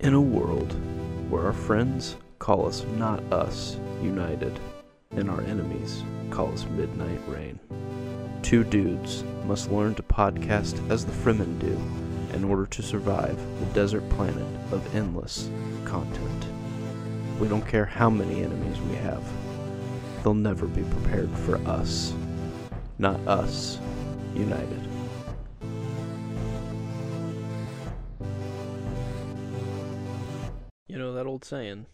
In a world where our friends call us not us united, and our enemies call us midnight rain, two dudes must learn to podcast as the Fremen do in order to survive the desert planet of endless content. We don't care how many enemies we have, they'll never be prepared for us. Not us united. You know that old saying,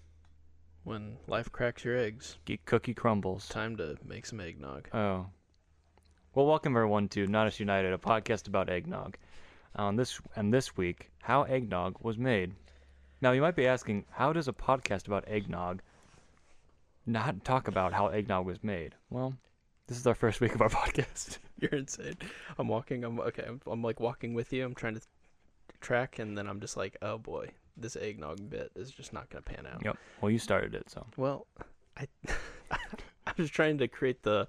when life cracks your eggs, Cookie- cookie crumbles. time to make some eggnog. Oh. Well, welcome everyone to Not Us United, a podcast about eggnog. On this and this week, how eggnog was made. Now you might be asking, how does a podcast about eggnog not talk about how eggnog was made? Well, this is our first week of our podcast. You're insane. I'm walking. I'm okay. I'm, I'm like walking with you. I'm trying to track, and then I'm just like, oh boy, this eggnog bit is just not gonna pan out. yep. Well, you started it, so Well, I I was trying to create the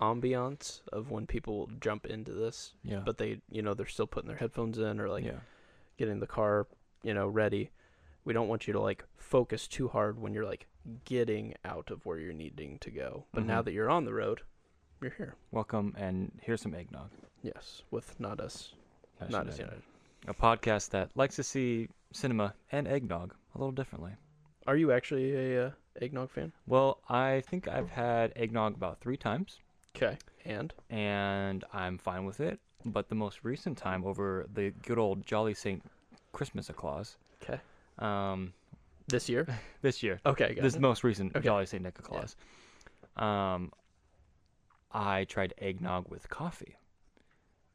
ambiance of when people jump into this, yeah. but they, you know, they're still putting their headphones in or like yeah. getting the car, you know, ready. We don't want you to like focus too hard when you're like getting out of where you're needing to go. But now Mhm. that you're on the road, you're here. Welcome, and here's some eggnog. Yes, with not us, Us not us. United. A podcast that likes to see cinema and eggnog a little differently. Are you actually a uh, eggnog fan? Well, I think I've had eggnog about three times, Okay. And and I'm fine with it. But the most recent time over the good old Jolly Saint Christmas Claus, okay, um, this year. this year, Okay, got this it. most recent Okay. Jolly Saint Nicholas, um, I tried eggnog with coffee,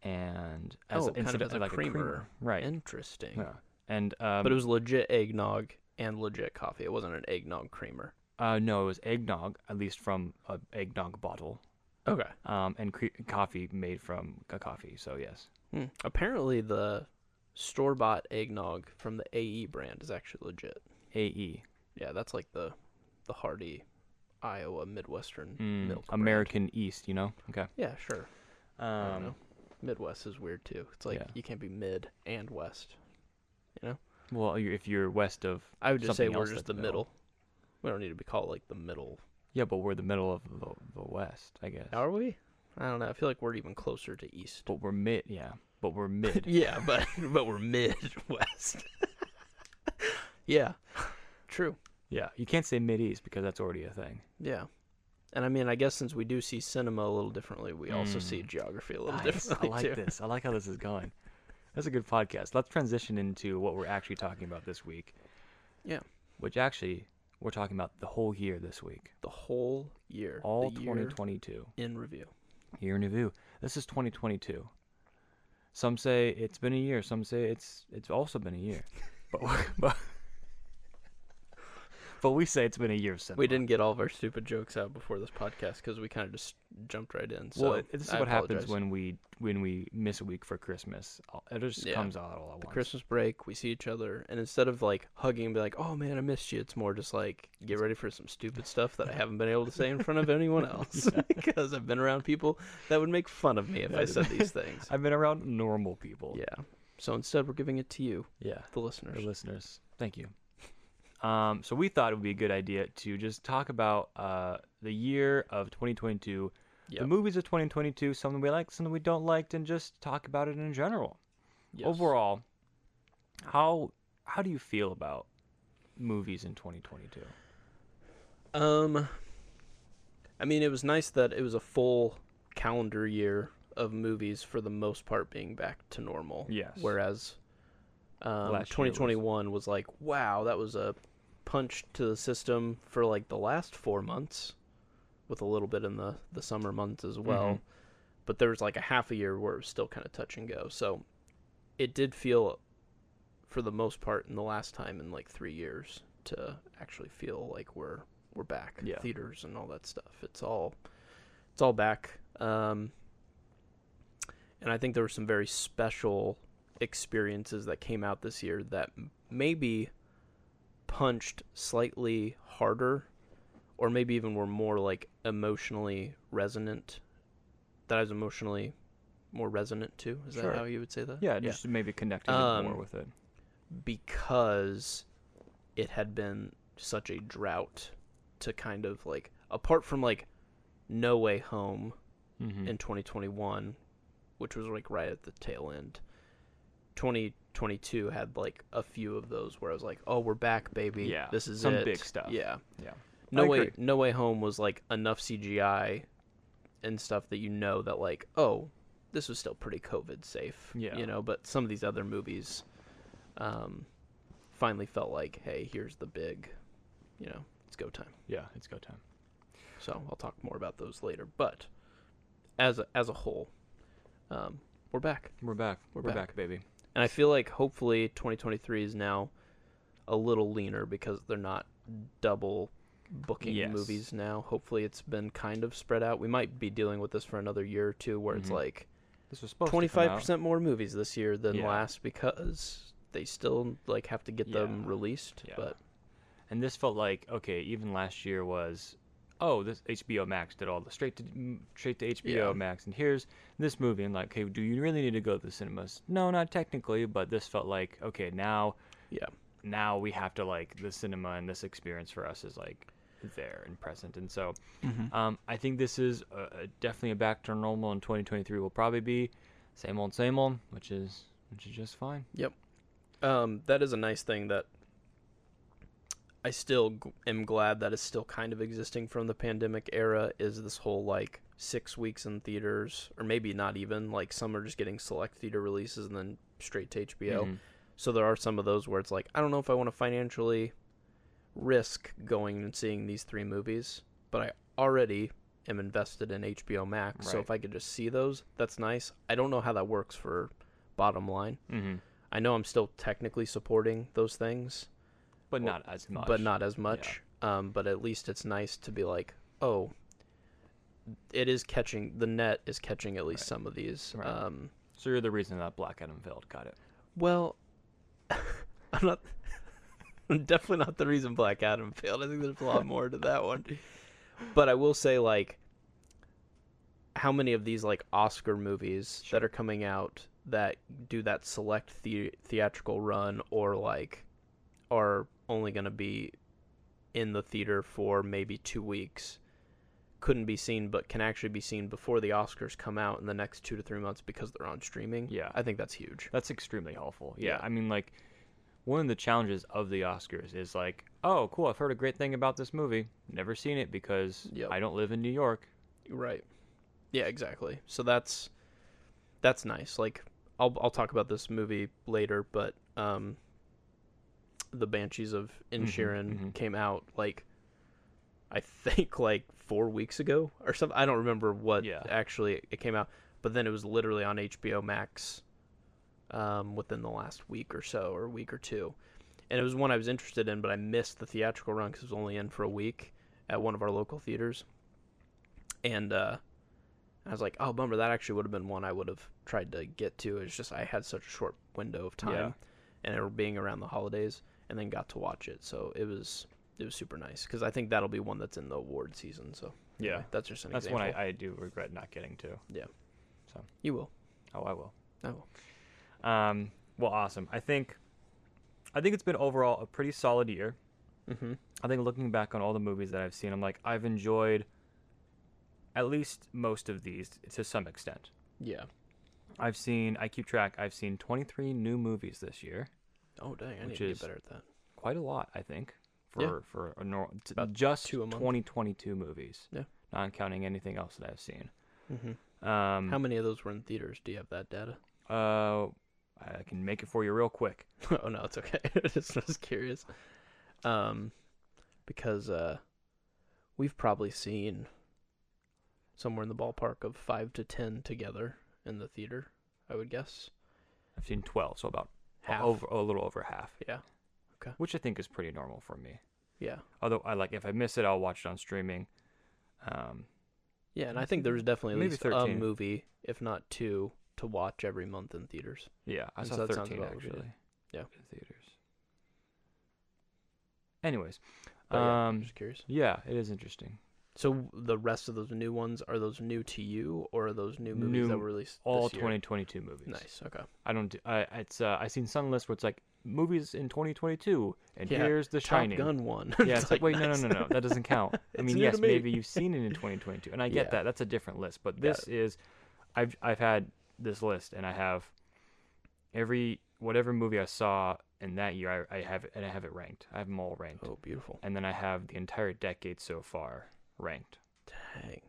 and as Oh, a- kind of instead as a like creamer. right? interesting. yeah. And um, But it was legit eggnog and legit coffee. It wasn't an eggnog creamer. uh, no, it was eggnog, at least from a eggnog bottle, Okay. um, and cre- coffee made from a coffee. So yes. Hmm. Apparently, the store bought eggnog from the AE brand is actually legit. AE, Yeah, that's like the the hearty Iowa Midwestern mm, milk. brand. American East, you know? Okay. Yeah, sure. I don't Um, know. Midwest is weird too. It's like yeah. you can't be mid and west. well, you- if you're west of. I would just say Something we're else just the that's middle. middle. We don't need to be called like the middle. Yeah, but we're the middle of the, the west, I guess. Are we? I don't know. I feel like we're even closer to east. But we're mid, yeah. But we're mid. Yeah, but but we're Midwest. yeah, true. yeah. You can't say mid east because that's already a thing. Yeah, and I mean, I guess since we do see cinema a little differently, we also see Mm. geography a little Nice. differently I like too. this. I like how this is going. That's a good podcast. Let's transition into what we're actually talking about this week. Yeah. Which actually, we're talking about the whole year this week. The whole year, All the year 2022. in review. Year in review. This is 2022. Some say it's been a year. Some say it's it's also been a year. But we- but, but we say it's been a year of cinema. We didn't get all of our stupid jokes out before this podcast because we kind of just jumped right in. So well, it- this is I what apologize. happens when we when we miss a week for Christmas. All- It just Yeah. comes out all at the once. Christmas break, we see each other, and instead of like hugging and be like, "Oh man, I missed you," it's more just like, "Get ready for some stupid stuff that I haven't been able to say in front of anyone else because I've been around people that would make fun of me if I That- said these things." I've been around normal people. yeah. So instead, we're giving it to you, Yeah. the listeners. The listeners, thank you. Um, so we thought it would be a good idea to just talk about uh, the year of 2022, the Yep. movies of 2022, something we liked, something we don't liked, and just talk about it in general. Yes. Overall, how how do you feel about movies in 2022? Um, I mean, it was nice that it was a full calendar year of movies for the most part being back to normal. Yes. Whereas um, Last year was- 2021 was like, wow, that was a punch to the system for like the last four months, with a little bit in the, the summer months as well. Mhm. But there was like a half a year where it was still kind of touch and go. So it did feel, for the most part, in the last time in like three years to actually feel like we're we're back Yeah. theaters and all that stuff it's all it's all back um and i think there were some very special experiences that came out this year that m- maybe punched slightly harder or maybe even were more like emotionally resonant that i was emotionally more resonant to is Sure. that how you would say that Yeah, just maybe connecting Um, more with it. because it had been such a drought to kind of like apart from like No Way Home Mm-hmm. in 2021, which was like right at the tail end. 2022 had like a few of those where I was like, "Oh, we're back, baby! Yeah, this is some it." big stuff. Yeah, Yeah. No I way, agree. No Way Home was like enough CGI and stuff that you know that like, oh, this was still pretty COVID safe. Yeah. you know. But some of these other movies, um, finally felt like, hey, here's the big, you know, it's go time. yeah, it's go time. So I'll talk more about those later. But as a, as a whole, um, we're back, We're back. We're We're back. back, baby. and I feel like hopefully 2023 is now a little leaner because they're not double booking Yes. movies now. Hopefully, it's been kind of spread out. We might be dealing with this for another year or two, where it's Mhm. like This was supposed to come 25 out. percent more movies this year than Yeah. last because they still like have to get them Yeah. released. Yeah. But And this felt like okay, even last year was, oh, this HBO Max did all the straight to mm, straight to HBO Yeah. Max, and here's this movie, and like, okay, do you really need to go to the cinemas? No, not technically, but this felt like okay, now yeah, now we have to like the cinema and this experience for us is like there and present, and so um, I think this is uh, uh, definitely a back to normal, and 2023 will probably be same old, same old, which is which is just fine. um, that is a nice thing that I still g- am glad that is still kind of existing from the pandemic era. Is this whole like six weeks in theaters, or maybe not even like some are just getting select theater releases and then straight to HBO. Mhm. So there are some of those where it's like I don't know if I want to financially risk going and seeing these three movies, but I already am invested in HBO Max. So Right. if I could just see those, that's nice. I don't know how that works for bottom line. Mhm. I know I'm still technically supporting those things, But Well, not as much. but not as much. Um, but at least it's nice to be like, oh, it is catching the net is catching at least Right. some of these. Right. Um, So you're the reason that Black Adam failed. Got it. well, I'm not. I'm definitely not the reason Black Adam failed. I think there's a lot more to that one. But I will say, like, how many of these like Oscar movies that are coming out that do that select the- theatrical run or like are only going to be in the theater for maybe two weeks couldn't be seen but can actually be seen before the oscars come out in the next two to three months because they're on streaming Yeah. i think that's huge That's extremely helpful. Yeah. Yeah. I mean, like, one of the challenges of the Oscars is like, oh, cool, I've heard a great thing about this movie. Never seen it because Yep. I don't live in New York. Right. Yeah, exactly. So that's that's nice. Like I'll I'll talk about this movie later, but um The Banshees of Mhm, Inisherin mhm. came out like I think like 4 weeks ago or something. I don't remember what Yeah. actually it came out, but then it was literally on HBO Max um within the last week or so or week or two. And it was one I was interested in, but I missed the theatrical run cuz it was only in for a week at one of our local theaters and uh I was like, oh bummer, that actually would have been one I would have tried to get to. It's just I had such a short window of time, Yeah. and it being around the holidays, and then got to watch it. So it was it was super nice because I think that'll be one that's in the award season. So Yeah. anyway, that's just an That's example. one I, I do regret not getting to. you will. Oh, I will. I will. Um, well, awesome. I think, I think it's been overall a pretty solid year. Mm-hmm. I think looking back on all the movies that I've seen, I'm like, I've enjoyed at least most of these to some extent. Yeah. I've seen, I keep track, I've seen 23 new movies this year. Oh dang, I Which need to is get better at that. quite a lot, I think, for Yeah. for a nor- t- About just two a month. 2022 movies. Yeah. Not counting anything else that I've seen. Mm-hmm. Um, How many of those were in theaters? Do you have that data? Uh, I can make it for you real quick. oh no, it's okay. I just was curious, um, because uh, we've probably seen somewhere in the ballpark of five to ten together in the theater. I would guess I've seen 12, so about a- half. over a little over half, Yeah, which I think is pretty normal for me. yeah, Although I like if I miss it, I'll watch it on streaming. Um, yeah. And I think there was definitely at Maybe least a 13. movie, if not two, to watch every month in theaters. yeah, I And saw so that sounds 13 about what we did. actually. Yeah. in theaters. Anyways, But Oh, yeah, um, just curious. yeah, it is interesting. So the rest of those new ones are those new to you, or are those new movies New- that were released All this year? 2022 movies. Nice. Okay. I don't. Do, I it's. Uh, I seen some lists where it's like movies in 2022, and Yeah, here's The Shining. Top Gun one. Yeah, it's like, wait, no, no, no, no, that doesn't count. I It's mean, new to yes, me. maybe you've seen it in 2022, and I get Yeah. that. That's a different list, but Yeah. this is, I've I've had this list, and I have every whatever movie I saw in that year, I, I have it, and I have it ranked. I have them all ranked, Oh, beautiful. and then I have the entire decade so far ranked. Dang.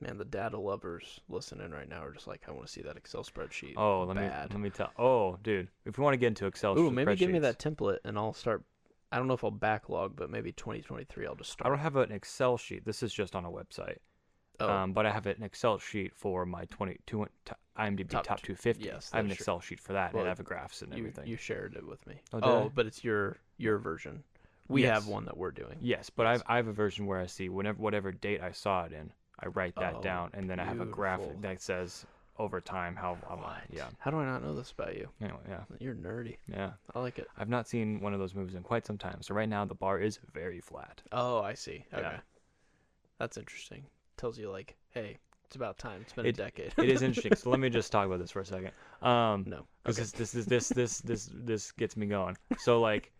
Man, the data lovers listening right now are just like, I want to see that Excel spreadsheet. Oh, let bad. me let me tell. Oh, dude, if we want to get into Excel, Ooh, maybe give me spreadsheets- that template and I'll start. I don't know if I'll backlog, but maybe 2023 I'll just I start. don't have an Excel sheet. This is just on a website. Oh, Um, but I have an Excel sheet for my 22 t- IMDb Top top, t- 250. yes, I have an that's true. Excel sheet for that, Well, and I have a graphs and you, everything. you shared it with me. Oh, Oh, did I? but it's your your version. We have Yes. one that we're doing. yes, but I've, I have a version where I see whenever whatever date I saw it in, I write that Oh, down, and then I have a beautiful. graphic that says over time how. how Oh, What? Yeah. How do I not know this about you? Anyway, yeah, You're nerdy. yeah. I like it. I've not seen one of those movies in quite some time, so right now the bar is very flat. Oh, I see. Yeah. Okay. That's interesting. Tells you like, hey, it's about time. It's been a It- decade. It is interesting. so let me just talk about this for a second. Um, no. because this, this this this this this this gets me going. So like,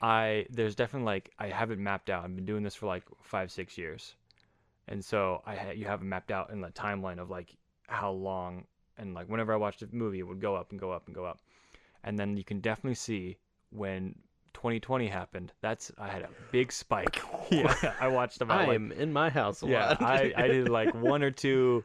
I there's definitely like I have it mapped out. I've been doing this for like five six years, and so I ha- you have it mapped out in the timeline of like how long and like whenever I watched a movie, it would go up and go up and go up, and then you can definitely see when 2020 happened. That's I had a big spike. yeah, I watched about I like am in my house a yeah lot. I I did like one or two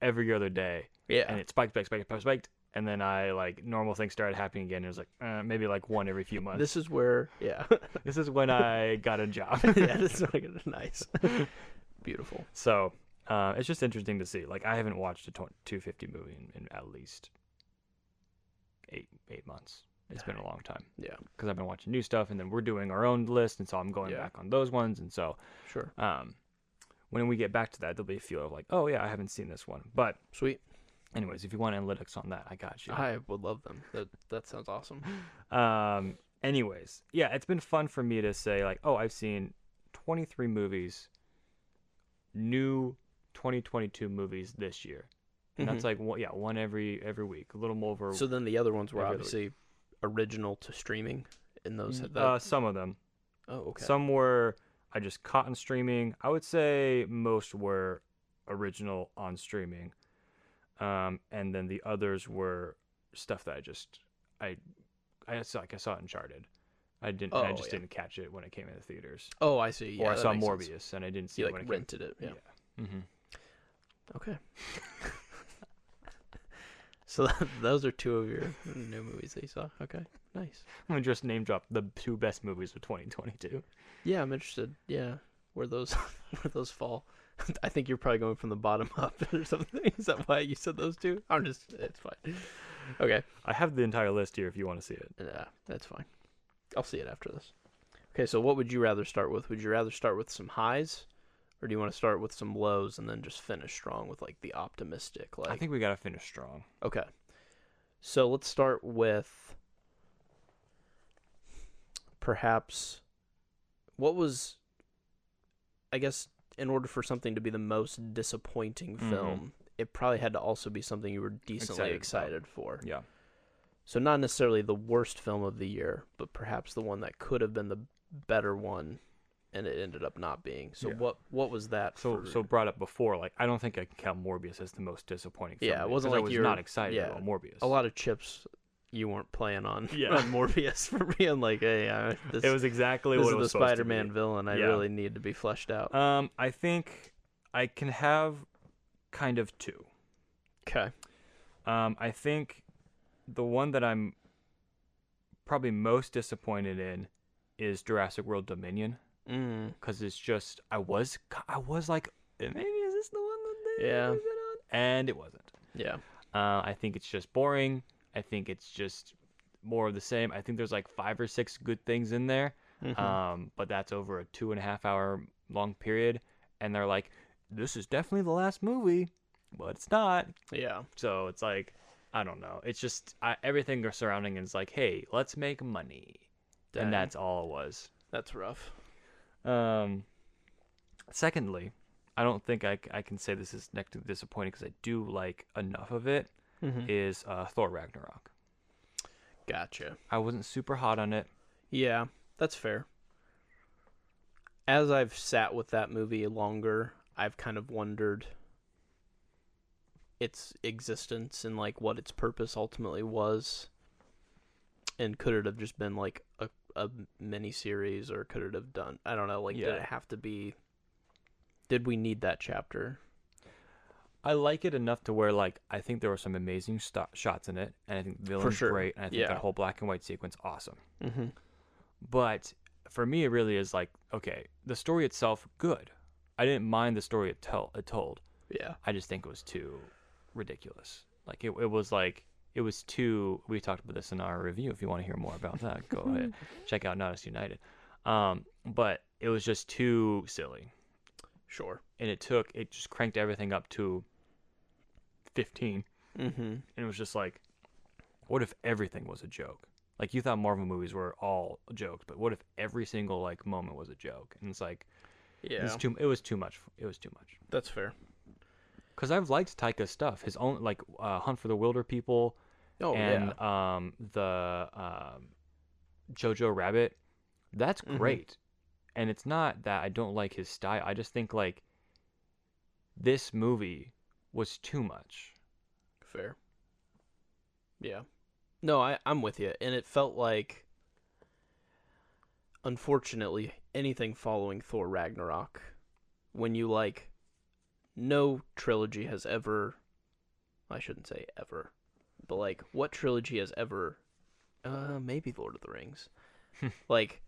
every other day yeah. and it spiked, spiked, spiked, spiked, spiked, and then I like normal things started happening again. It was like uh, maybe like one every few months. This, This is where, yeah, is when I got a job. yeah, this is like nice, beautiful. so uh, it's just interesting to see. Like I haven't watched a tw- 250 movie in, in at least eight eight months. It's been a long time. Yeah. because I've been watching new stuff, and then we're doing our own list, and so I'm going Yeah. back on those ones, and so Sure, um, when we get back to that, there'll be a few of like, oh yeah, I haven't seen this one, but sweet. anyways, if you want analytics on that, I got you. I would love them. That that sounds awesome. Um, anyways, yeah, it's been fun for me to say like, oh, I've seen 23 movies, new 2022 movies this year, and that's like one, yeah, one every every week, a little more over. Mm-hmm. So then the other ones were Every other obviously original to streaming, and those had that. uh, some of them, oh, okay. some were I just caught on streaming. I would say most were original on streaming, um, and then the others were stuff that I just I I saw like I saw Uncharted. I didn't. I Oh, just yeah. didn't catch it when it came in the theaters. oh, I see. Yeah, or I that saw makes Morbius sense. and I didn't see You it when like it came. rented it. Yeah. Mm-hmm. Okay. so that, those are two of your new movies that you saw. Okay, nice. I'm gonna just name drop the two best movies of 2022. Yeah, I'm interested. Yeah, where those where those fall. I think you're probably going from the bottom up or something. Is that why you said those two? I'm just it's fine. Okay, I have the entire list here if you want to see it. yeah, that's fine. I'll see it after this. Okay, so what would you rather start with? Would you rather start with some highs, or do you want to start with some lows and then just finish strong with like the optimistic? Like I think we gotta finish strong. Okay. So let's start with perhaps what was I guess in order for something to be the most disappointing Mhm. film, it probably had to also be something you were decently Excited about. excited, for. Yeah. So not necessarily the worst film of the year, but perhaps the one that could have been the better one and it ended up not being. So Yeah. what what was that So for- so brought up before, like I don't think I can count Morbius as the most disappointing. Yeah, film it yet, wasn't 'cause I like was you're- not excited yeah, about Morbius. a lot of chips you weren't playing on, Yeah. on Morbius for being like, hey, I, this, It was exactly this what is it was the supposed to Spider Man be. villain. I Yeah. really need to be fleshed out. Um, I think I can have kind of two. Okay. Um, I think the one that I'm probably most disappointed in is Jurassic World Dominion. Mm. because it's just I was ki- I was like "Eh, maybe is this the one that they Yeah. they bet on? and it wasn't. Yeah. Uh, I think it's just boring. I think it's just more of the same. I think there's like five or six good things in there, Mhm. um, but that's over a two and a half hour long period, and they're like, this is definitely the last movie, but it's not. yeah. So it's like I don't know. It's just I, everything surrounding is like, hey, let's make money, Dang. and that's all it was. that's rough. Um, secondly, I don't think I, c- I can say this is next to Mm. Mm-hmm. disappointing because I do like enough of it. Is uh, Thor Ragnarok? Gotcha. I wasn't super hot on it. Yeah, that's fair. As I've sat with that movie longer, I've kind of wondered its existence and like what its purpose ultimately was. And could it have just been like a a mini series or could it have done I don't know, like did Yeah. it have to be did we need that chapter? I like it enough to where like I think there were some amazing sto- shots in it, and I think the villain's sure. great, and I think Yeah. that whole black and white sequence awesome. Mm-hmm. But for me, it really is like okay, the story itself good. I didn't mind the story it, tell- it told. Yeah. I just think it was too ridiculous. Like it, it was like it was too. We talked about this in our review. If you want to hear more about that, go ahead check out Not Us United. Um, but it was just too silly, Sure. and it took it just cranked everything up to fifteen, Mm-hmm. and it was just like, what if everything was a joke? Like you thought Marvel movies were all jokes, but what if every single like moment was a joke? And it's like Yeah. it's too. It was too much. It was too much. that's fair. Because I've liked Taika's stuff. His own like uh, Hunt for the Wilder People. Oh and um, the um, Jojo Rabbit. That's Mhm. great. And it's not that I don't like his style. I just think like this movie was too much. Fair. Yeah. No, I, I'm with you. And it felt like, unfortunately, anything following Thor Ragnarok, when you like, no trilogy has ever, I shouldn't say ever, but like, what trilogy has ever, uh, maybe Lord of the Rings, like,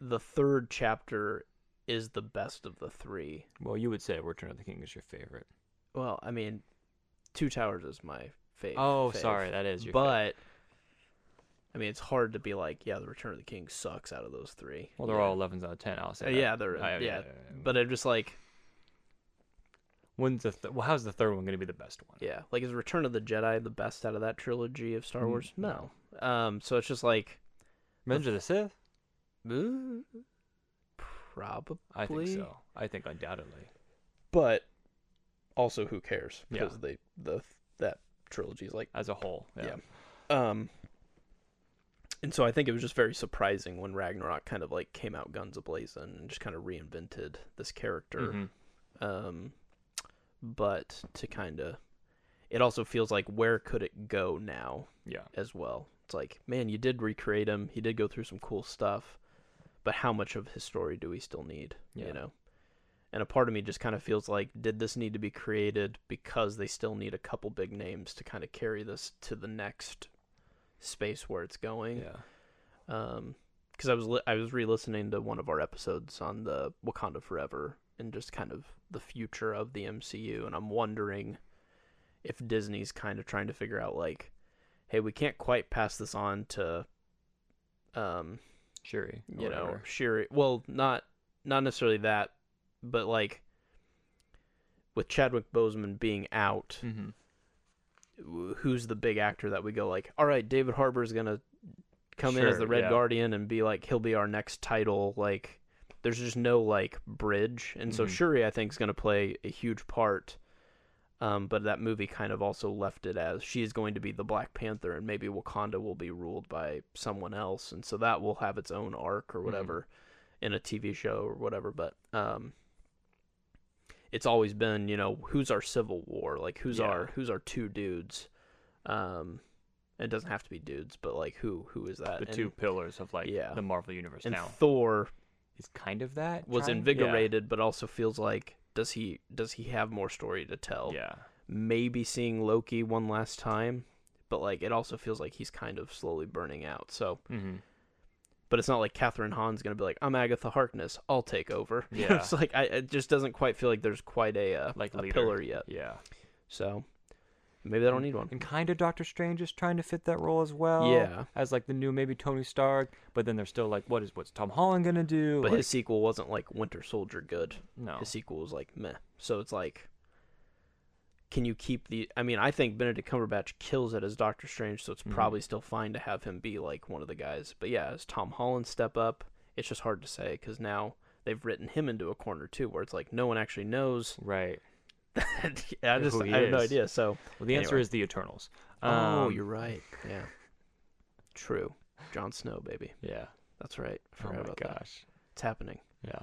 the third chapter is the best of the three. Well, you would say Return of the King is your favorite. Well, I mean, Two Towers is my favorite. oh, sorry, that is your. favorite. but I mean, it's hard to be like, yeah, the Return of the King sucks out of those three. well, they're Yeah. all 11s out of 10. I'll say. Uh, that. Oh, yeah, they're- I- yeah, But I'm just like, when's the th- well? How's the third one going to be the best one? yeah, like is Return of the Jedi the best out of that trilogy of Star Mm, Wars? No. Um, so it's just like, uh, Revenge of the Sith. "Ooh, probably. I think Probably. so. I think undoubtedly. But also, who cares? Yeah. Because they the that trilogy is like As a whole. Yeah. Yeah. Um, and so I think it was just very surprising when Ragnarok kind of like came out guns ablazing and just kind of reinvented this character. Mhm. Um, but to kind of, it also feels like where could it go now Yeah. as well? It's like, man, you did recreate him. He did go through some cool stuff, but how much of his story do we still need? Yeah. You know. And a part of me just kind of feels like, did this need to be created because they still need a couple big names to kind of carry this to the next space where it's going? Yeah. um because i was li- i was re-listening to one of our episodes on the wakanda forever and just kind of the future of the mcu and i'm wondering if disney's kind of trying to figure out like hey we can't quite pass this on to um Shuri. or you know whatever. Shuri. Well, not not necessarily that, but like with Chadwick Boseman being out, Mhm. wh- who's the big actor that we go like, all right, David Harbour's gonna come in as Sure, the Red yeah. Guardian and be like, he'll be our next title. Like, there's just no like bridge, and so Mhm. Shuri I think is gonna play a huge part. Um, but that movie kind of also left it as she is going to be the Black Panther, and maybe Wakanda will be ruled by someone else, and so that will have its own arc or Mhm. whatever in a TV show or whatever. But um, it's always been you know who's our civil war like who's Yeah. our who's our two dudes um it doesn't have to be dudes but like who who is that the And- two pillars of like yeah. the Marvel universe and now. thor It's kind of that was trying- invigorated but also feels like does he does he have more story to Yeah. tell yeah. maybe seeing loki one last time but like it also feels like he's kind of slowly burning out so hmm but it's not like Catherine Hahn's gonna be like, I'm Agatha Harkness, I'll take over. You know, Yeah. it's like I it just doesn't quite feel like there's quite a uh, Like a leader. pillar yet. Yeah. So maybe they don't need one. And kind of Doctor Strange is trying to fit that role as well. Yeah. As like the new maybe Tony Stark, but then they're still like, what is what's Tom Holland gonna do? But Like, his sequel wasn't like Winter Soldier good. no. His sequel was like meh. So it's like, can you keep the? I mean, I think Benedict Cumberbatch kills it as Doctor Strange, so it's Mhm. probably still fine to have him be like one of the guys. But yeah, as Tom Holland step up, it's just hard to say because now they've written him into a corner too, where it's like no one actually knows. Right. I just Who he I have no is. idea. So Well, the answer Anyway. is the Eternals. oh, Um, you're right. Yeah, True. Jon Snow, baby. Yeah. That's right. I Oh forgot my about that. gosh. It's happening. Yeah.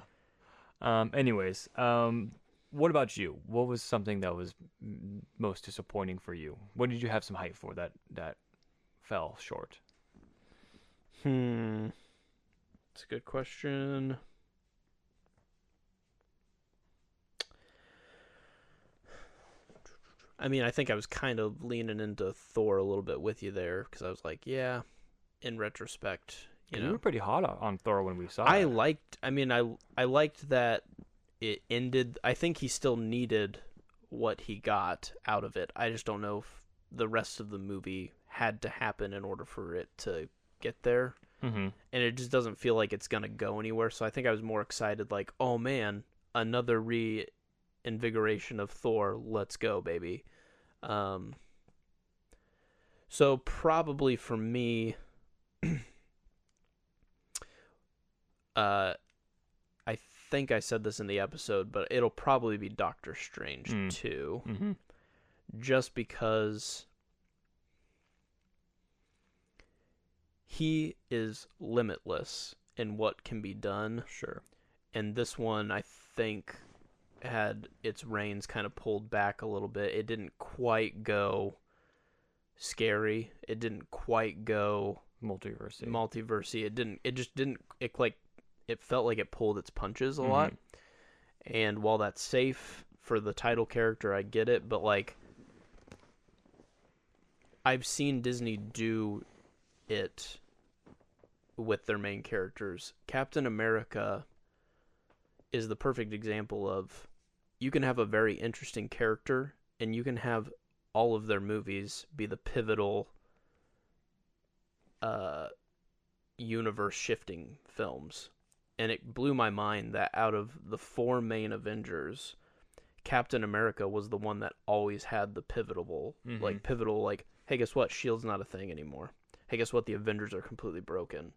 Um. Anyways, um, what about you? What was something that was m- most disappointing for you? What did you have some hype for that that fell short? Hmm. It's a good question. I mean, I think I was kind of leaning into Thor a little bit with you there because I was like, yeah, in retrospect, you You, know. were pretty hot on- on Thor when we saw. I that. liked. I mean, I I liked that it ended. I think he still needed what he got out of it. I just don't know if the rest of the movie had to happen in order for it to get there, Mhm. and it just doesn't feel like it's gonna go anywhere. So I think I was more excited, like, oh man, another reinvigoration of Thor. Let's go, baby. Um. So probably for me, uh I think I said this in the episode, but it'll probably be Doctor Strange Mm. too, Mhm. just because he is limitless in what can be done, Sure. and this one I think had its reins kind of pulled back a little bit. It didn't quite go scary. It didn't quite go Multiversity. multiversey. It didn't. It just didn't. It like it felt like it pulled its punches a lot. Mhm. And while that's safe for the title character, I get it. But like, I've seen Disney do it with their main characters. Captain America is the perfect example of you can have a very interesting character and you can have all of their movies be the pivotal uh, universe shifting films. And it blew my mind that out of the four main Avengers, Captain America was the one that always had the pivotal, Mhm. like pivotal, like, hey, guess what? Shield's not a thing anymore. Hey, guess what? The Avengers are completely broken.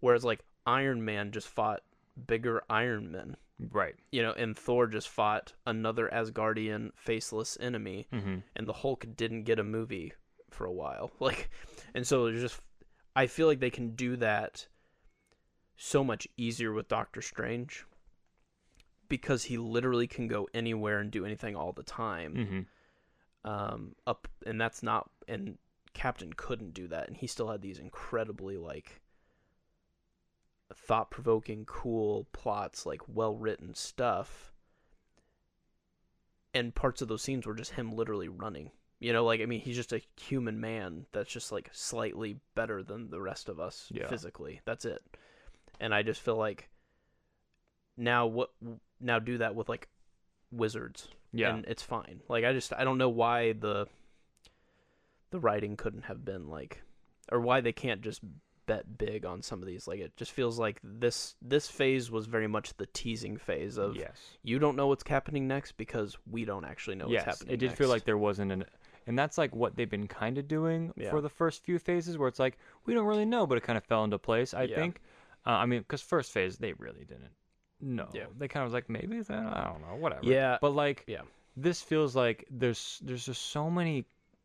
Whereas, like, Iron Man just fought bigger Iron Men, Right. you know, and Thor just fought another Asgardian faceless enemy Mm-hmm. and the Hulk didn't get a movie for a while. Like, and so it's just, I feel like they can do that so much easier with Doctor Strange because he literally can go anywhere and do anything all the time. Mm-hmm. Um, up, and that's not, and Captain couldn't do that, and he still had these incredibly like thought-provoking, cool plots, like well-written stuff. And parts of those scenes were just him literally running. You know, like I mean, he's just a human man that's just like slightly better than the rest of us Yeah. physically. That's it. And I just feel like now what now do that with like wizards Yeah. and it's fine. Like I just I don't know why the the writing couldn't have been like or why they can't just bet big on some of these. Like it just feels like this this phase was very much the teasing phase of yes. you don't know what's happening next because we don't actually know yes. what's happening. it did next. feel like there wasn't an, and that's like what they've been kind of doing Yeah. for the first few phases, where it's like we don't really know, but it kind of fell into place. I Yeah. think. Uh, I mean, because first phase they really didn't. No. Yeah. They kind of was like maybe then I don't know whatever. Yeah. But like Yeah. this feels like there's there's just so many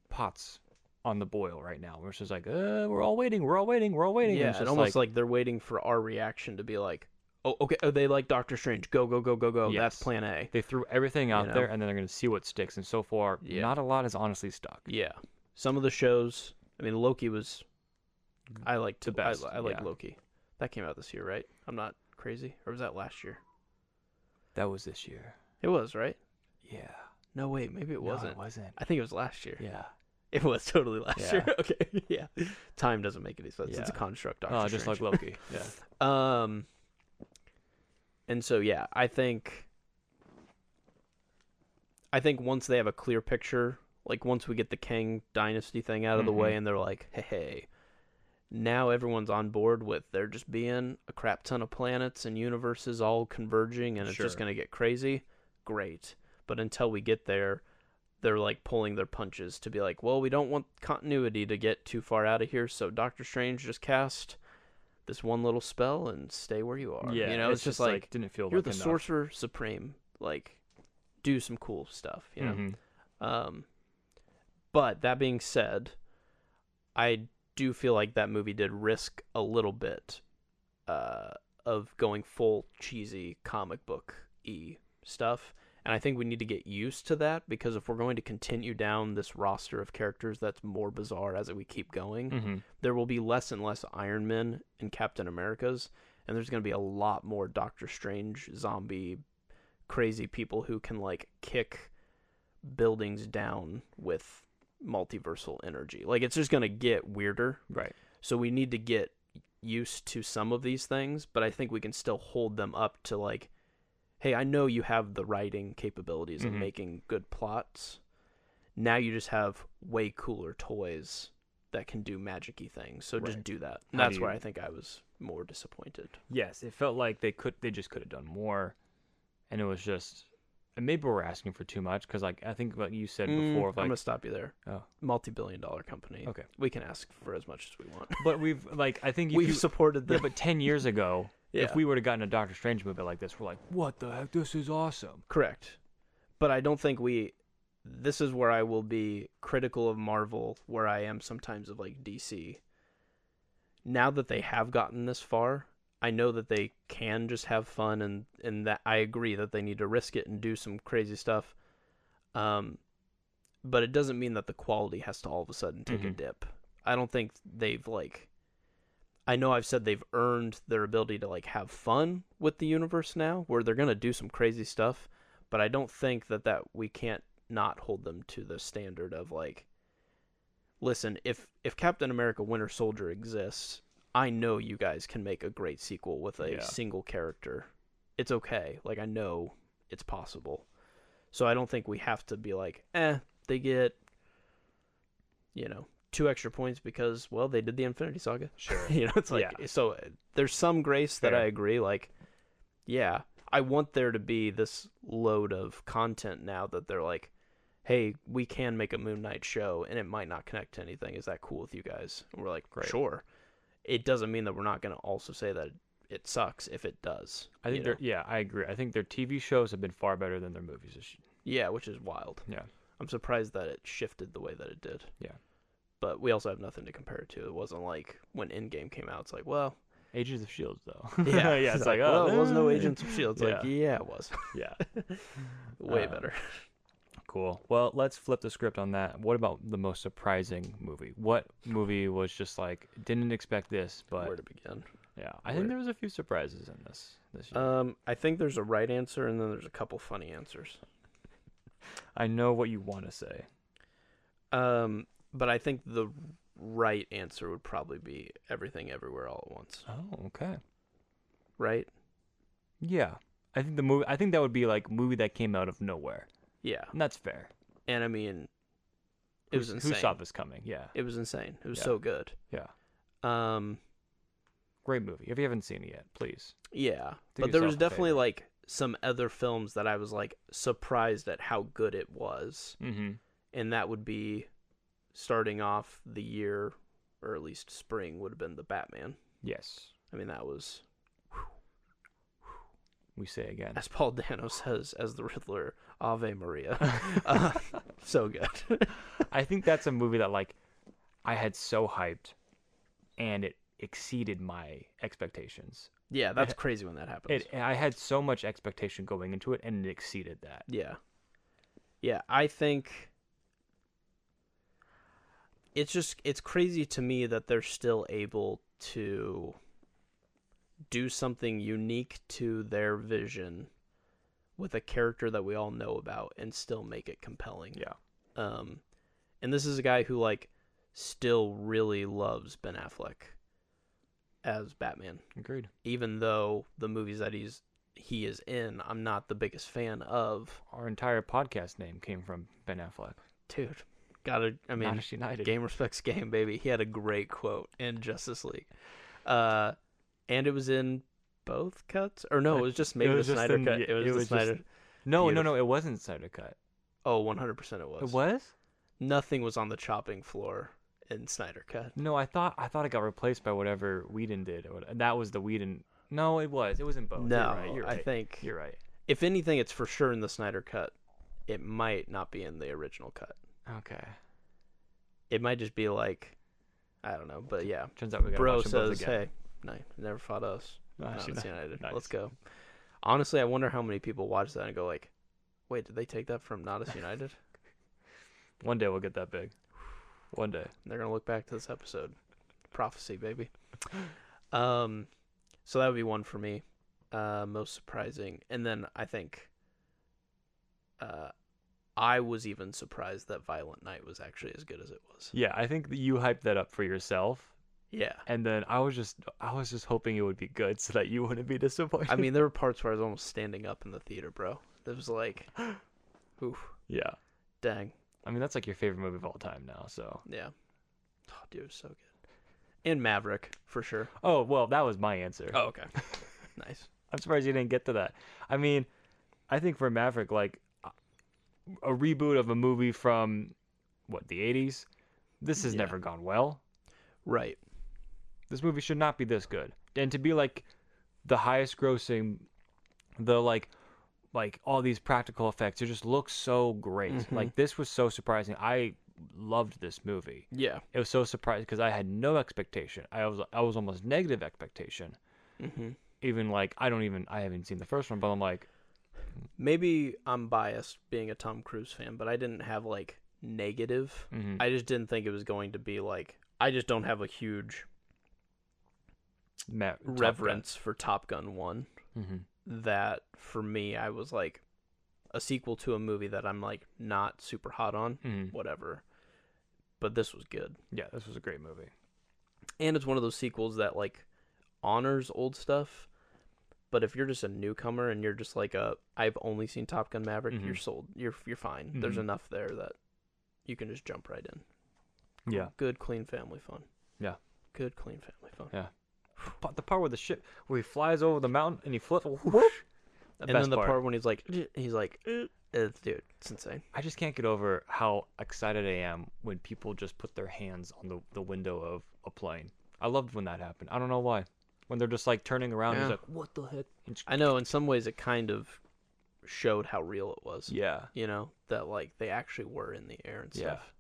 pots on the boil right now. We're just like uh, we're all waiting, we're all waiting, we're all waiting. and yeah, it's it just almost like, they're waiting for our reaction to be like, oh okay, oh they like Doctor Strange, go go go go go. That's Yes. Plan A. they threw everything out know? there, and then they're gonna see what sticks. And so far, Yeah. not a lot is honestly stuck. Yeah, some of the shows. I mean, Loki was. I like to. Mm-hmm. The best, I, I like yeah. Loki. That came out this year, right? I'm not crazy, or was that last year? That was this year. It was, right? Yeah. No, wait, maybe it No, wasn't. it wasn't. I think it was last year. Yeah. It was totally last Yeah. year. Okay, yeah. Time doesn't make any sense. It's a Yeah. construct. Doctor Oh, just Strange. like Loki. yeah. Um, and so yeah, I think, I think once they have a clear picture, like once we get the Kang dynasty thing out of the way, Mhm. and they're like, hey, hey, now everyone's on board with there just being a crap ton of planets and universes all converging, and it's just Sure. gonna get crazy. Great, but until we get there. They're like pulling their punches to be like, well, we don't want continuity to get too far out of here, so Doctor Strange just cast this one little spell and stay where you are. Yeah. you know, it's, just, like, didn't feel you're like the enough. sorcerer supreme. Like, do some cool stuff. Mm-hmm. You know. Mhm. Um, but that being said, I do feel like that movie did risk a little bit uh, of going full cheesy comic book e stuff. And I think we need to get used to that because if we're going to continue down this roster of characters that's more bizarre as we keep going, Mm-hmm. there will be less and less Iron Men and Captain Americas, and there's going to be a lot more Doctor Strange, zombie, crazy people who can like kick buildings down with multiversal energy. Like it's just going to get weirder. Right. So we need to get used to some of these things, but I think we can still hold them up to like, hey, I know you have the writing capabilities Mhm. and making good plots. Now you just have way cooler toys that can do magicy things. So just Right. do that. How And that's do where you- I think I was more disappointed. Yes, it felt like they could they just could have done more, and it was just and maybe we're asking for too much because like I think what you said before, Mm, I'm like gonna stop you there. Oh. Multi-billion dollar company. Okay. We can ask for as much as we want. but we've like I think if We've you, supported yeah, them. but ten years ago, Yeah. if we would have gotten a Doctor Strange movie like this, we're like, what the heck? This is awesome. Correct. But I don't think we this is where I will be critical of Marvel where I am sometimes of like DC. Now that they have gotten this far, I know that they can just have fun and and that I agree that they need to risk it and do some crazy stuff. Um but it doesn't mean that the quality has to all of a sudden take a Mhm. dip. I don't think they've like I know I've said they've earned their ability to like have fun with the universe now, where they're gonna do some crazy stuff, but I don't think that that we can't not hold them to the standard of like, listen, if if Captain America Winter Soldier exists, I know you guys can make a great sequel with a Yeah. single character. It's okay. Like I know it's possible. So I don't think we have to be like, eh, they get, you know, two extra points because well they did the Infinity Saga Sure. you know it's like so uh, there's some grace that Fair. i agree like yeah i want there to be this load of content now that they're like hey we can make a moon knight show and it might not connect to anything is that cool with you guys and we're like Great. sure it doesn't mean that we're not going to also say that it sucks if it does I you think they're know? yeah, I agree. I think their TV shows have been far better than their movies. this year. yeah which is wild Yeah. i'm surprised that it shifted the way that it did Yeah. but we also have nothing to compare it to it wasn't like when endgame came out it's like well Agents of Shields E though. yeah yeah. It's, like, oh, well it was no eh. agents of shield E it's like Yeah. yeah it was Yeah. Way Uh, better. Cool. Well, let's flip the script on that. What about the most surprising movie? What movie was just like didn't expect this, Where but to begin? yeah, I think where- there was a few surprises in this this year. Um, I think there's a right answer and then there's a couple funny answers. I know what you want to say. Um, but I think the right answer would probably be everything everywhere all at once, Oh, okay. right? Yeah. I think the movie I think that would be like movie that came out of nowhere. Yeah. And that's fair. And I mean it was Who's- insane. Who saw this coming? Yeah. It was insane. It was Yeah. so good. Yeah. Um Great movie. If you haven't seen it yet, please. yeah. Do but there yourself was a definitely favor. like some other films that I was like surprised at how good it was. Mhm. and that would be starting off the year or at least spring would have been the batman Yes. i mean that was We say again. as paul dano says as the riddler ave maria uh, so good I think that's a movie that like I had so hyped and it exceeded my expectations. yeah that's crazy when that happens It I had so much expectation going into it and it exceeded that. yeah yeah i think it's just it's crazy to me that they're still able to do something unique to their vision with a character that we all know about and still make it compelling Yeah. Um, and this is a guy who like still really loves Ben Affleck as Batman, Agreed. even though the movies that he's he is in, I'm not the biggest fan of. Our entire podcast name came from Ben Affleck. Dude, gotta I mean, Not as United. game respects game, baby. He had a great quote in Justice League, uh, and it was in both cuts, or no, it was just maybe was the just Snyder in- cut. yeah, It was it the was just- Snyder. no, no, beautiful. no, it wasn't Snyder Cut. Oh, 100 percent it was. It was? Nothing was on the chopping floor in Snyder cut. No, I thought I thought it got replaced by whatever Whedon did. Or what, and that was the Whedon. No, it was. It wasn't both. No, Oh, you're right. You're right. I think you're right. if anything, it's for sure in the Snyder cut. It might not be in the original cut. Okay. It might just be like I don't know, but yeah. Turns out we got Bro watch them both says, again. "Hey, no, never fought us. Nice, Nice, you know. United. Nice. Let's go." Honestly, I wonder how many people watch that and go like, "Wait, did they take that from Not Us United?" One day we'll get that big. One day. They're gonna look back to this episode. Prophecy, baby. Um, so that would be one for me. Uh, most surprising, and then I think, uh, I was even surprised that Violent Night was actually as good as it was. Yeah, I think that you hyped that up for yourself, Yeah. and then I was just I was just hoping it would be good so that you wouldn't be disappointed. I mean, there were parts where I was almost standing up in the theater, bro. It was like, oof, yeah. dang, I mean, that's like your favorite movie of all time now. So. yeah. Oh, dude, it was so good. And Maverick for sure. Oh well, that was my answer. Oh, okay. nice. I'm surprised you didn't get to that. I mean, I think for Maverick, like a reboot of a movie from what the 80s, this has Yeah. never gone well. Right. This movie should not be this good. And to be like the highest grossing, the like, like all these practical effects, it just looks so great. Mm-hmm. Like this was so surprising. I loved this movie. Yeah. It was so surprising because I had no expectation. I was I was almost negative expectation. Mm-hmm. Even like I don't even I haven't seen the first one, but I'm like Maybe I'm biased being a Tom Cruise fan, but I didn't have like negative. mhm. I just didn't think it was going to be like. I just don't have a huge Ma- Top Gun. reverence for Top Gun 1. Mhm. Mm-hmm. That for me, I was like a sequel to a movie that I'm like not super hot on. Mhm. whatever. But this was good. Yeah, this was a great movie. And it's one of those sequels that like honors old stuff. But if you're just a newcomer and you're just like a I've only seen Top Gun Maverick, you're Mhm. sold. You're you're fine. There's Mhm. enough there that you can just jump right in. Yeah, Good clean family fun. Yeah. Good clean family fun. yeah. But the part where the ship where he flies over the mountain and he flips, whoosh, the and best then the part. part. when he's like he's like "Eh," it's dude, it's insane. I just can't get over how excited I am when people just put their hands on the, the window of a plane. I loved when that happened. I don't know why. When they're just like turning around, and Yeah. it's like, what the heck? And just- I know in some ways it kind of showed how real it was. Yeah. you know that like they actually were in the air and Yeah. stuff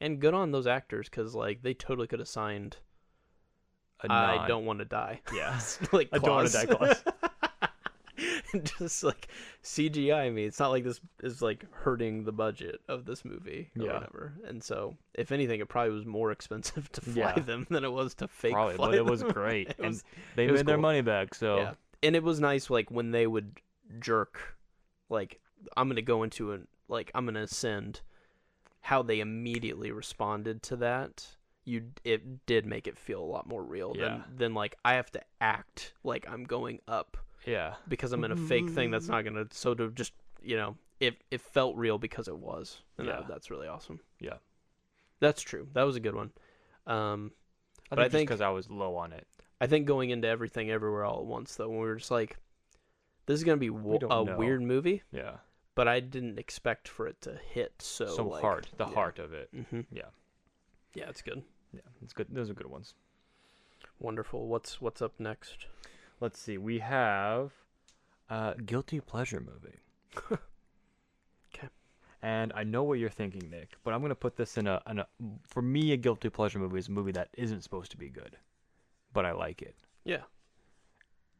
and good on those actors because like they totally could have signed A i nod. don't want to die Yeah. like I don't want clause. to die clause. just like cgi me it's not like this is like hurting the budget of this movie or Yeah. whatever and so if anything it probably was more expensive to fly Yeah. them than it was to fake Probably, fly but it was them. great. It and was- they it made was their cool. money back. So yeah and it was nice like when they would jerk like i'm gonna go into an like i'm gonna ascend how they immediately responded to that you it did make it feel a lot more real Yeah. than than like i have to act like i'm going up yeah. because i'm in a fake thing that's not gonna so to just you know it it felt real because it was and that- Yeah. that's really awesome Yeah. that's true that was a good one um I But think I think- because I was low on it. I think going into everything everywhere all at once though, when we were just like, this is gonna be w- don't a know. weird movie, Yeah. but I didn't expect for it to hit so So, like, heart, the yeah. heart of it. Mm-hmm. Yeah. yeah, it's good, Yeah, it's good. Those are good ones. wonderful. What's what's up next? Let's see. We have uh, guilty pleasure movie. 'Kay. And I know what you're thinking, Nick, but I'm gonna put this in a, in a. For me, a guilty pleasure movie is a movie that isn't supposed to be good, but I like it. Yeah,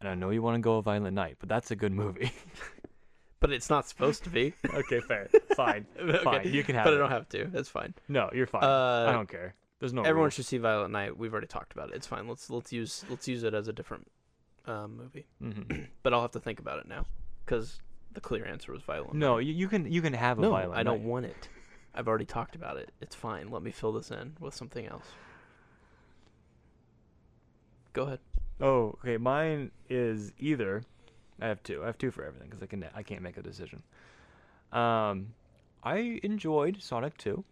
And I know you want to go a violent night, but that's a good movie. but it's not supposed to be. okay, fair, fine, Okay, fine. You can have but it. I don't have to. It's fine. No, you're fine. I Uh, don't care. There's no. Everyone rules. should see Violent Night. We've already talked about it. It's fine. Let's let's use let's use it as a different uh, movie. Mhm. But I'll have to think about it now because the clear answer was Violent. No, you, you can you can have a no, violent. I don't night. want it. I've already talked about it. It's fine. Let me fill this in with something else. Go ahead. Oh, okay. Mine is either. I have two. I have two for everything because I can I can't make a decision. Um, I enjoyed Sonic Two.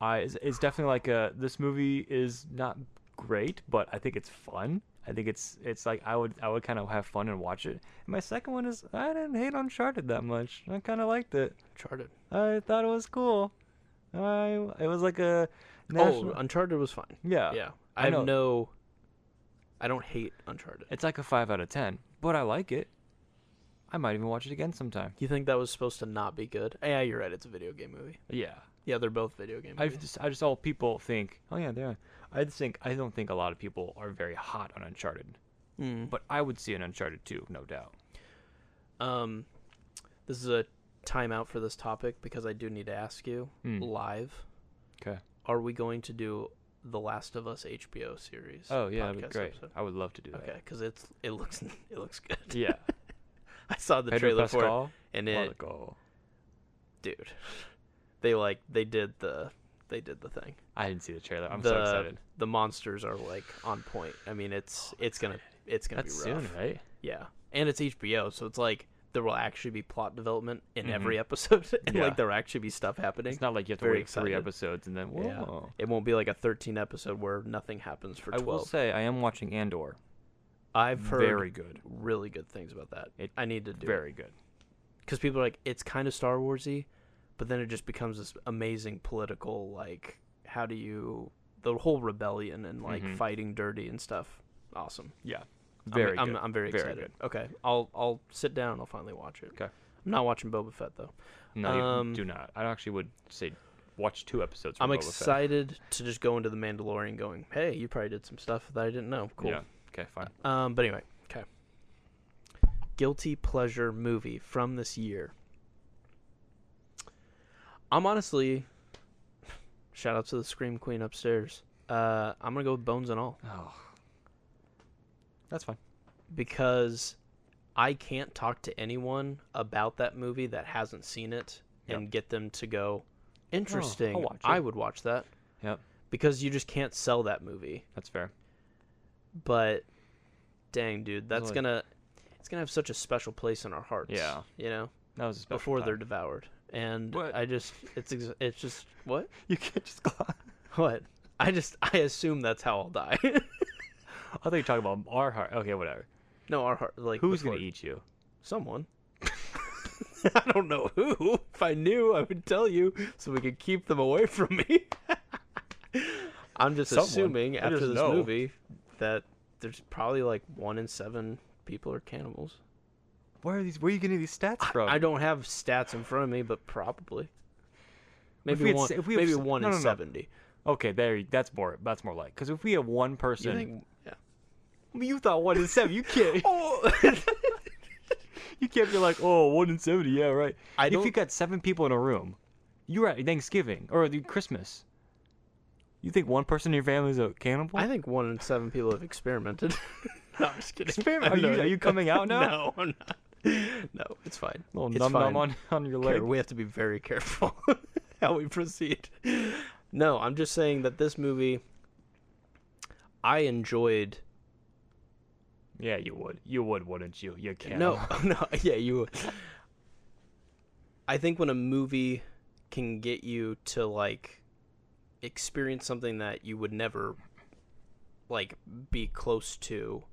I it's, it's definitely like a this movie is not great, but I think it's fun. I think it's it's like I would I would kind of have fun and watch it. And my second one is I didn't hate Uncharted that much. I kind of liked it. Uncharted. I thought it was cool. I it was like a national. Oh, Uncharted was fine. yeah. yeah. I I, have know. no. I don't hate Uncharted. It's like a five out of ten, but I like it. I might even watch it again sometime. You think that was supposed to not be good? Yeah, you're right. It's a video game movie. Yeah. Yeah, they're both video game I've movies. just, I just saw people think, oh yeah, they are. I just think I don't think a lot of people are very hot on Uncharted, Mm. but I would see an Uncharted 2, no doubt. Um, this is a timeout for this topic because I do need to ask you Hmm. live. 'Kay. Are we going to do the Last of Us HBO series? Oh yeah, that'd be podcast great. episode? I would love to do that. Okay, because it's it looks it looks good. Yeah, I saw the Pedro trailer for it, Pascal, and what it, a goal. dude, they like they did the they did the thing. I didn't see the trailer. I'm so The- excited. The monsters are like on point. I mean, it's it's gonna it's gonna Oh, That's be rough. soon, right? Yeah, and it's HBO, so it's like there will actually be plot development in Mhm. every episode, and Yeah. like there will actually be stuff happening. It's not like you have to Very wait three excited. episodes and then whoa. Yeah. It won't be like a 13 episode where nothing happens for I 12. will say I am watching Andor. I've heard very good, really good things about that. It- I need to do very good. because people are like it's kind of Star Warsy, but then it just becomes this amazing political like how do you the whole rebellion and like Mhm. fighting dirty and stuff. Awesome. Yeah, I'm- very I'm, good. I'm, very Very excited. Okay, I'll I'll sit down. I'll finally watch it. 'Kay. I'm not watching Boba Fett though. no, you um, do not. I actually would say watch two episodes. From I'm Boba Fett. excited to just go into the Mandalorian, going, hey, you probably did some stuff that I didn't know. Cool. Yeah. Okay, fine. Um, but anyway, okay. Guilty pleasure movie from this year. I'm honestly, shout out to the scream queen upstairs. Uh, I'm gonna go with Bones and All Oh, that's fine. because I can't talk to anyone about that movie that hasn't seen it Yep. Oh, and get them to go, interesting. watch it." I would watch that. Yep. Because you just can't sell that movie. That's fair. But dang, dude, that's like- gonna it's gonna have such a special place in our hearts. Yeah. You know. That was a special before time. they're devoured. And What? I just, it's ex- it's just what You can't just. Clap. what I just I assume that's how I'll die. I thought you were talking about our heart. Okay, whatever. no, our heart like Who's gonna before- eat you? someone. I don't know who. If I knew, I would tell you so we could keep them away from me. I'm just Someone. assuming I after just this know. movie that there's probably like one in seven people are cannibals. Where are these? Where are you getting these stats from? I don't have stats in front of me, but probably. we Maybe had one. se- if we had Maybe se- one no, in no, no. seventy. Okay, there. That's more. That's more like. Because if we have one You person, think? Yeah. you thought one in seven. You can't. Oh. You can't be like, oh, one in seventy. Yeah, right. I if you don't- got seven people in a room, you're at Thanksgiving or the Christmas. You think one person in your family is a cannibal? I think one in seven people have experimented. no, I'm just kidding. Experiment- are No, you- no, are you coming out now? No, I'm not. No, it's fine. little it's num fine. num on, on your Okay, leg. we have to be very careful how we proceed. No, I'm just saying that this movie, I enjoyed. Yeah, you would. You would, wouldn't you? You can. No, no, yeah, you. would. I think when a movie can get you to like experience something that you would never like be close to,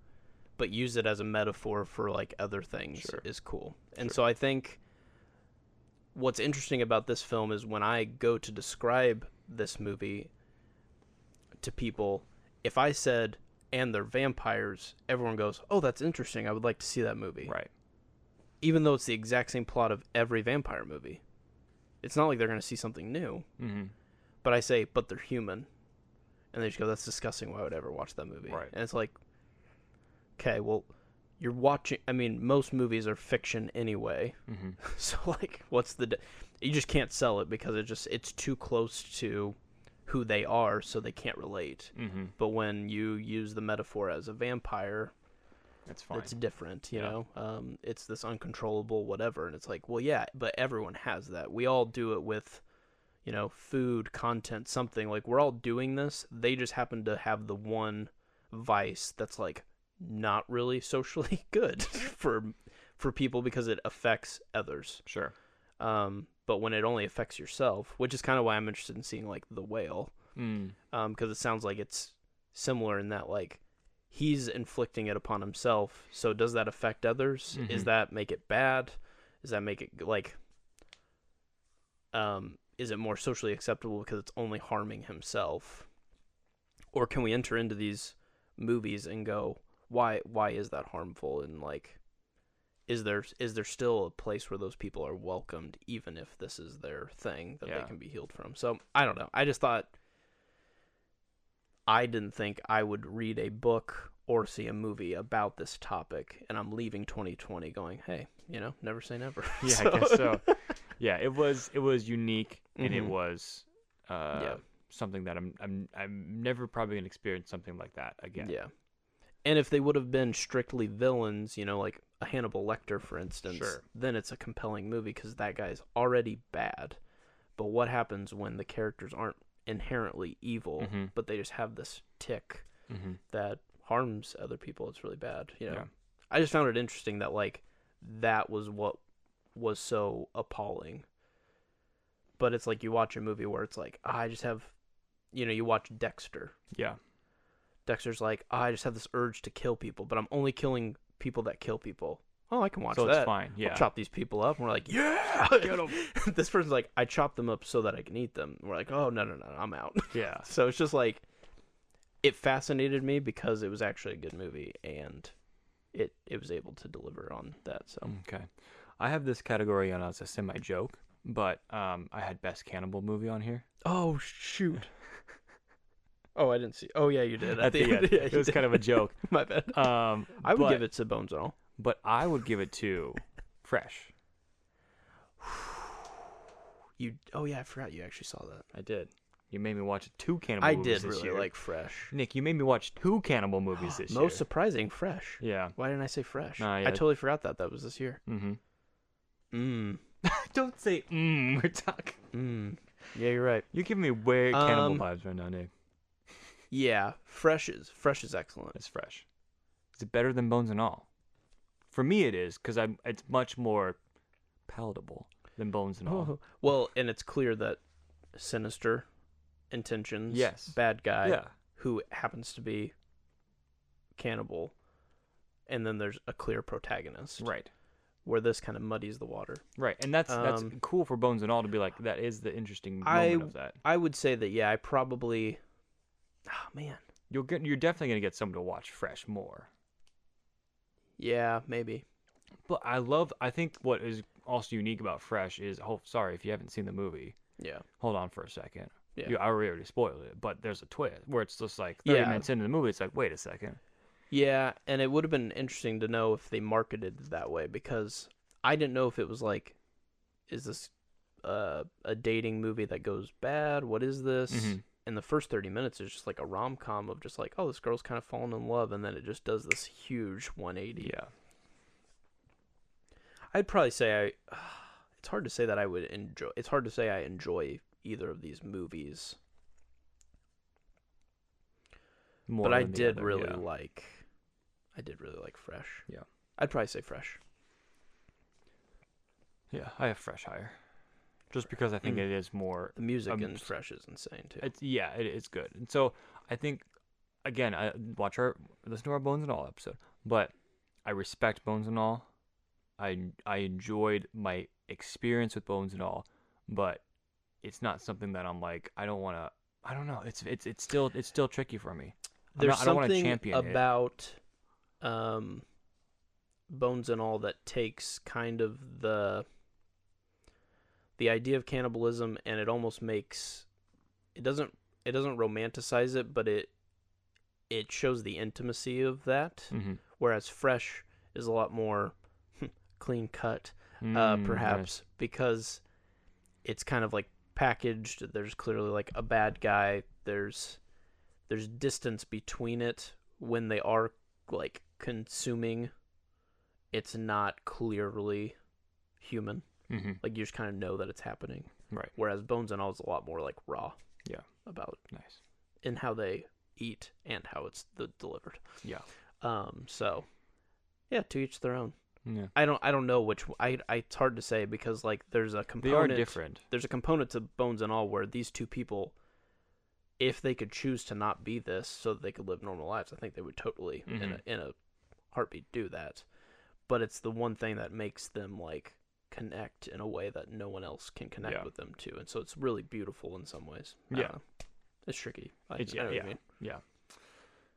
but use it as a metaphor for like other things Sure. is cool. And so I think what's interesting about this film is when I go to describe this movie to people, if I said and they're vampires, everyone goes, "Oh, that's interesting. I would like to see that movie." Right. even though it's the exact same plot of every vampire movie. It's not like they're going to see something new. Mm-hmm. But I say, but they're human. And they just go, that's disgusting. Why would I ever watch that movie? Right. And it's like, okay, well, you're watching. I mean, most movies are fiction anyway. Mm-hmm. so, like, what's the. D- you just can't sell it because it just it's too close to who they are, so they can't relate. Mm-hmm. But when you use the metaphor as a vampire, That's fine. it's different you Yeah. know um, it's this uncontrollable whatever and it's like well yeah but everyone has that we all do it with you know food content something like we're all doing this they just happen to have the one vice that's like not really socially good for for people because it affects others Sure. um, but when it only affects yourself which is kind of why i'm interested in seeing like the whale Mm. um, because it sounds like it's similar in that like he's inflicting it upon himself. So does that affect others? Is Mhm. that make it bad? Does that make it like um is it more socially acceptable because it's only harming himself? Or can we enter into these movies and go, why why is that harmful and like is there is there still a place where those people are welcomed even if this is their thing that Yeah. they can be healed from so i don't know i just thought i didn't think i would read a book or see a movie about this topic and i'm leaving 2020 going hey you know never say never Yeah, I guess so. yeah, it was it was unique and it Mhm. was uh, Yeah. something that I'm I'm I'm never probably gonna experience something like that yeah. again. and if they would have been strictly villains you know like a hannibal lecter for instance Sure. then it's a compelling movie because that guy's already bad but what happens when the characters aren't inherently evil Mhm. but they just have this tick Mm-hmm. that harms other people. It's really bad. You know, Yeah. I just found it interesting that like that was what was so appalling. But it's like you watch a movie where it's like "Ah, I just have, you know, you watch Dexter. Yeah. Dexter's like "Ah, I just have this urge to kill people, but I'm only killing people that kill people. Oh, I can watch so that. it's fine. Yeah. I'll chop these people up. And we're like, yeah. Get 'em. this person's like, I chopped them up so that I can eat them. And we're like, oh no no no, I'm out. yeah. So it's just like it fascinated me because it was actually a good movie and it it was able to deliver on that. So Okay. I have this category on as a semi joke, but um, I had best cannibal movie on here. oh shoot. Oh, I didn't see. Oh yeah, you did. At the end, Yeah, it you was did. kind of a joke. My bad. Um, I would but, give it to Bones and all. but I would give it to Fresh. You. Oh yeah, I forgot you actually saw that. I did. You made me watch two cannibal. I movies did this really year. like Fresh. Nick. You made me watch two cannibal movies this Most year. surprising, Fresh. yeah. Why didn't I say Fresh? Nah, yeah. I totally forgot that that was this year. Mm-hmm. Mm. Don't say mm. We're talking. Mm. Yeah, you're right. You're giving me way cannibal Um, vibes right now, Nick. Yeah, Fresh is Fresh is excellent. It's fresh. Is it better than Bones and All? For me, it is because I'm. It's much more palatable than Bones and All. Oh. Well, and it's clear that sinister intentions, Yes. bad guy yeah. who happens to be cannibal, and then there's a clear protagonist Right. where this kind of muddies the water. Right. And that's that's Um, cool for Bones and All to be like that is the interesting I- moment of that. I would say that yeah, I probably, oh man, You'll get you're definitely gonna get someone to watch Fresh more. yeah, maybe. But I love I think what is also unique about Fresh is oh sorry if you haven't seen the movie. Yeah, Hold on for a second. Yeah. You, I already spoiled it, but there's a twist where it's just like 30 Yeah. minutes into the movie, it's like, wait a second. yeah, and it would have been interesting to know if they marketed it that way because I didn't know if it was like, is this uh, a dating movie that goes bad? What is this? Mhm. and the first 30 minutes is just like a rom-com of just like oh this girl's kind of falling in love and then it just does this huge 180 Yeah. i'd probably say i it's hard to say that i would enjoy it's hard to say i enjoy either of these movies More but i than the did other, really yeah. like i did really like fresh Yeah. i'd probably say fresh Yeah, I have Fresh higher. Just because I think Mm. it is more the music Um, in fresh is insane too It's yeah, it, it's good. And so I think again, I watch our listen to our Bones and All episode, but I respect Bones and All. I I enjoyed my experience with Bones and All, but it's not something that I'm like I don't want to. I don't know. It's it's it's still it's still tricky for me. I'm there's not- I don't wanna something champion it. about um bones and all that takes kind of the the idea of cannibalism and it almost makes it doesn't it doesn't romanticize it but it it shows the intimacy of that Mm-hmm. whereas fresh is a lot more hmm, clean cut Mm-hmm. uh, Mm, perhaps because it's kind of like packaged. There's clearly like a bad guy. There's there's distance between it when they are like consuming. It's not clearly human. hmm Like you just kind of know that it's happening. Right. Whereas Bones and All is a lot more like raw. Yeah. About Nice. in how they eat and how it's the delivered. Yeah. Um. So, yeah. To each their own. Yeah. I don't I don't know which I, I it's hard to say because like there's a They component are different. there's a component to Bones and All where these two people if they could choose to not be this so that they could live normal lives, I think they would totally in a Mhm. in a heartbeat do that. But it's the one thing that makes them like connect in a way that no one else can connect Yeah. with them to. And so it's really beautiful in some ways. I Yeah. don't know. It's tricky. I, It's- I know yeah, what you yeah.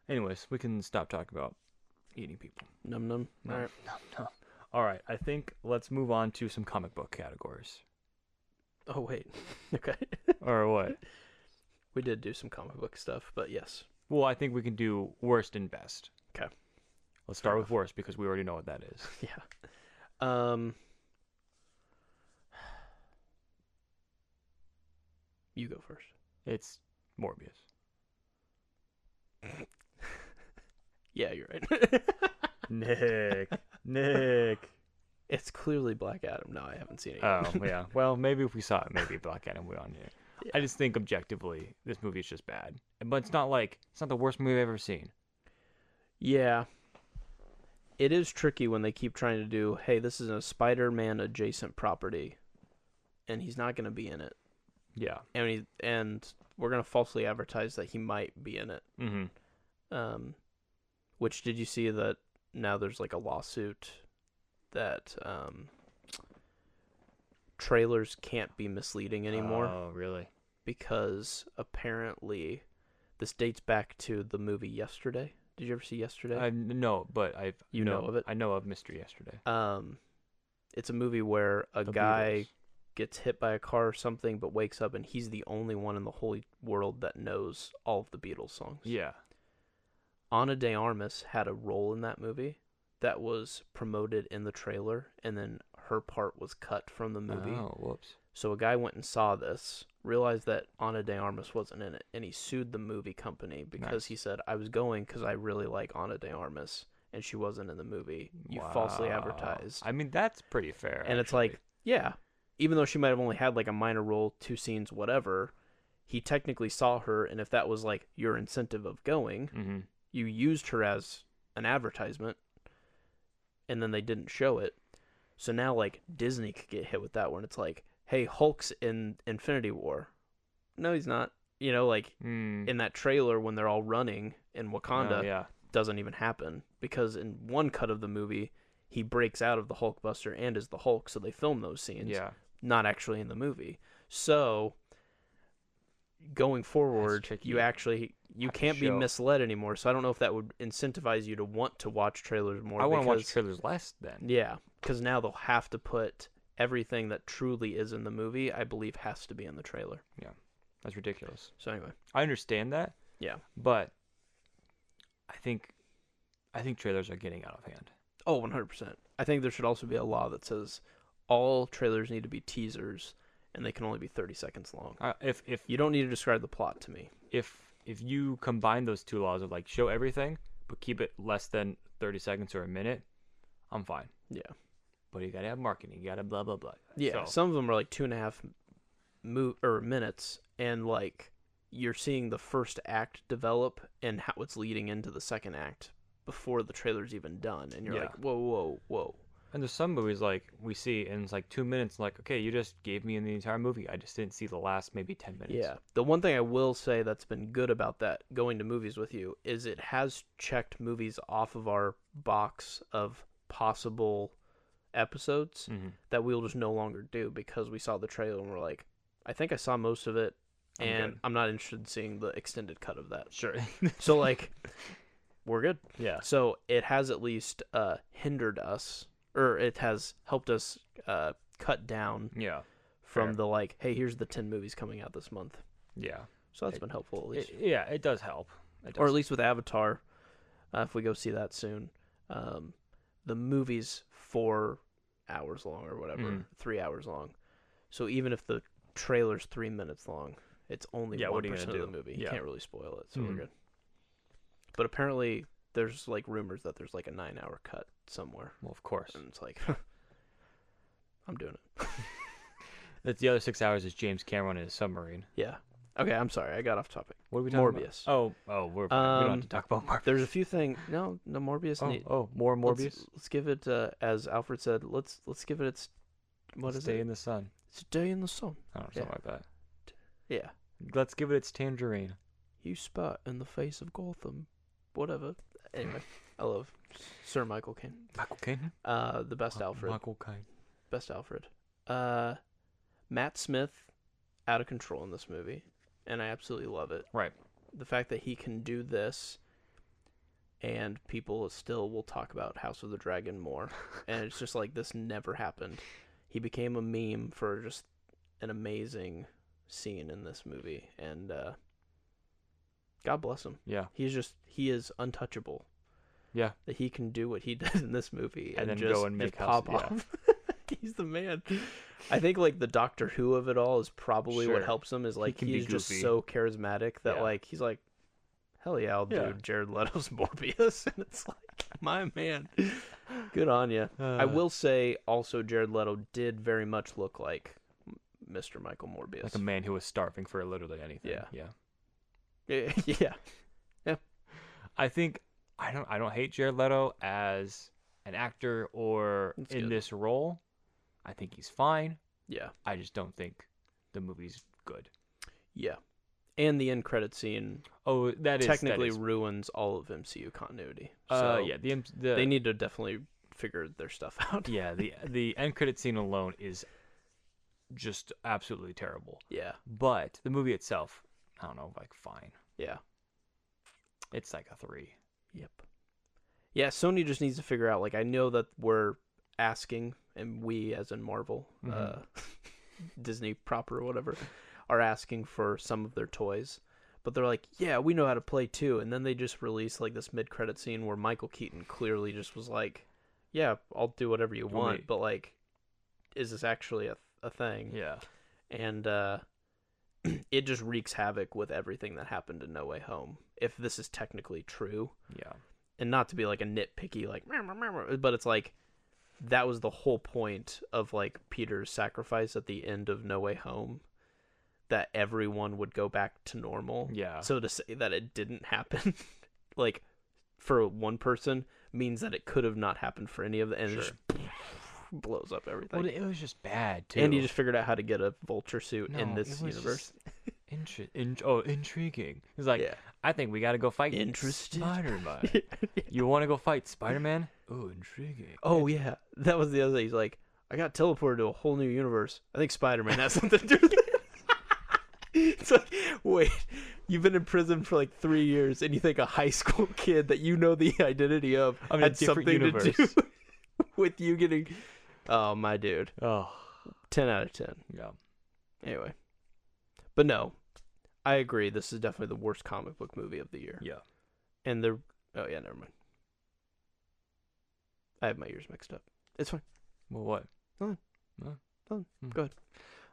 Anyways, we can stop talking about eating people. mean. Num num. No, All right. no, no. All right, I think let's move on to some comic book categories. Oh wait, okay. Or what? We did do some comic book stuff, but yes, Well, I think we can do worst and best. 'Kay. Let's Fair start with enough. worst because we already know what that is. yeah. Um, you go first. It's Morbius. Yeah, you're right. Nick. Nick. it's clearly Black Adam. No, I haven't seen it. Oh, yet. yeah. Well, maybe if we saw it, maybe Black Adam would on here. I just think objectively, this movie is just bad. But it's not like, it's not the worst movie I've ever seen. Yeah. It is tricky when they keep trying to do, hey, this is a Spider Man adjacent property and he's not gonna be in it. Yeah. And he, and we're gonna falsely advertise that he might be in it. Mm-hmm. Um which did you see that now there's like a lawsuit that um trailers can't be misleading anymore Oh, really? because apparently this dates back to the movie yesterday. Did you ever see yesterday? I, Uh, no, but I've. You know of it? I know of Mystery Yesterday. um it's a movie where a The guy Beatles. gets hit by a car or something but wakes up and he's the only one in the whole world that knows all of the Beatles songs. Yeah. Ana de Armas had a role in that movie that was promoted in the trailer and then her part was cut from the movie. Oh, whoops. So a guy went and saw this, realized that Ana de Armas wasn't in it, and he sued the movie company because Nice. he said, I was going because I really like Ana de Armas and she wasn't in the movie. You falsely Wow. advertised. I mean, that's pretty fair. and it's like, yeah, even though she might have only had like a minor role, two scenes, whatever, he technically saw her, and if that was like your incentive of going, hmm you used her as an advertisement, and then they didn't show it. So now like Disney could get hit with that one. It's like, hey, Hulk's in Infinity War. No, he's not. You know, like Mm. in that trailer when they're all running in No, Wakanda, Oh, yeah. doesn't even happen because in one cut of the movie he breaks out of the Hulkbuster and is the Hulk, so they film those scenes, Yeah. not actually in the movie. So going forward, tricky. you actually you Have to can't be show- misled anymore. So I don't know if that would incentivize you to want to watch trailers more. I want to watch because- trailers less then. Yeah, because now they'll have to put everything that truly is in the movie. I believe has to be in the trailer. That's ridiculous. So anyway, I understand that. Yeah. But I think I think trailers are getting out of hand. Oh, 100%. I think there should also be a law that says all trailers need to be teasers and they can only be 30 seconds long. Uh, if if You don't need to describe the plot to me. if if you combine those two laws of like show everything but keep it less than 30 seconds or a minute, I'm fine. Yeah. But you gotta have marketing. You gotta blah blah blah. Yeah. So, Some of them are like two and a half mo- or minutes and like you're seeing the first act develop and how it's leading into the second act before the trailer's even done. And you're Yeah. like, whoa, whoa, whoa. and there's some movies like we see and it's like two minutes. Like okay, you just gave me the entire movie. I just didn't see the last maybe 10 minutes. Yeah. The one thing I will say that's been good about that going to movies with you is it has checked movies off of our box of possible episodes hmm that we'll just no longer do because we saw the trailer and we're like, I think I saw most of it I'm and good. I'm not interested in seeing the extended cut of that. Sure. So like we're good. yeah. So it has at least uh hindered us or it has helped us uh cut down Yeah. from Fair. the like, hey, here's the 10 movies coming out this month. Yeah. So that's It- been helpful at least. It, yeah, it does help. It or does. at least with Avatar, uh, if we go see that soon. Um, the movie's four hours long or whatever, Mhm. three hours long. So even if the trailer's three minutes long, it's only Yeah, one what are you gonna percent of the do? movie. You Yeah. can't really spoil it, so Mhm. we're good. But apparently, there's like rumors that there's like a nine-hour cut somewhere, well, of course. and it's like, I'm doing it. That's the other six hours is James Cameron in his submarine. Yeah. Okay, I'm sorry, I got off topic. What are we talking Morbius. about? Oh, oh, we're fine. we don't Um, have to talk about Morbius. There's a few things. No, no, Morbius. Oh, need- oh, more Morbius. let's- Let's, give it, uh, as Alfred said, let's let's give it its. What is Stay it? in the sun. It's a day in the sun. I don't know, something like that. Yeah. Let's give it its tangerine. You spat in the face of Gotham. Whatever. Anyway, I love Sir Michael Caine. Michael Caine. Uh, the best Alfred. Michael Caine. Best Alfred. Uh, Matt Smith, out of control in this movie, and I absolutely love it. Right. The fact that he can do this and people still will talk about House of the Dragon more. and it's just like this never happened. He became a meme for just an amazing scene in this movie, and uh, God bless him. Yeah. He's just he is untouchable. Yeah. that he can do what he does in this movie And and, then just, go and just make House- pop off. he's the man. I think like the Doctor Who of it all is probably Sure. what helps him is like can be he's just goofy. so charismatic that Yeah. like he's like, hell yeah, I'll Yeah. do Jared Leto's Morbius, and it's like my man, good on you. Uh, I will say also Jared Leto did very much look like M- Mr. Michael Morbius. Like a man who was starving for literally anything. Yeah. Yeah. yeah, yeah, I think I don't I don't hate Jared Leto as an actor or That's in good. this role. I think he's fine. yeah, I just don't think the movie's good. yeah. And the end credit scene Oh, that is that technically is- ruins all of MCU continuity. So uh, yeah, the, em- the they need to definitely figure their stuff out. yeah the the end credit scene alone is just absolutely terrible. Yeah, But the movie itself, I don't know, like fine. yeah, It's like a three. yep. Yeah, Sony just needs to figure out. Like, I know that we're asking, and we, as in Marvel, uh, Mhm. Disney proper, or whatever, are asking for some of their toys. But they're like, yeah, we know how to play too. And then they just release like this mid-credit scene where Michael Keaton clearly just was like, yeah, I'll do whatever you Do want. me. But like, is this actually a, a thing? Yeah. and uh, it just wreaks havoc with everything that happened in No Way Home. If this is technically true, Yeah. and not to be like a nitpicky like, "Meow, meow, meow, meow," but it's like that was the whole point of like Peter's sacrifice at the end of No Way Home, that everyone would go back to normal. Yeah. So to say that it didn't happen, like for one person, means that it could have not happened for any of the, and it just blows up everything. Well, it was just bad too. and he just figured out how to get a vulture suit in No, this it was universe. just Intri- in- oh, intriguing. He's like, Yeah. I think we got to go fight Interested? Spider-Man. You want to go fight Spider-Man? Oh, intriguing. Oh yeah, that was the other thing. He's like, I got teleported to a whole new universe. I think Spider Man has something to do with it. it's like, wait, you've been in prison for like three years, and you think a high school kid that you know the identity of I'm in a had different something to universe. do with you getting? Oh my dude, Oh, ten out of ten. yeah. Anyway, but no, I agree. This is definitely the worst comic book movie of the year. Yeah. And the oh yeah, never mind. I have my ears mixed up. It's fine. Well, what? Nothing. No? Nothing. Hmm. Go ahead.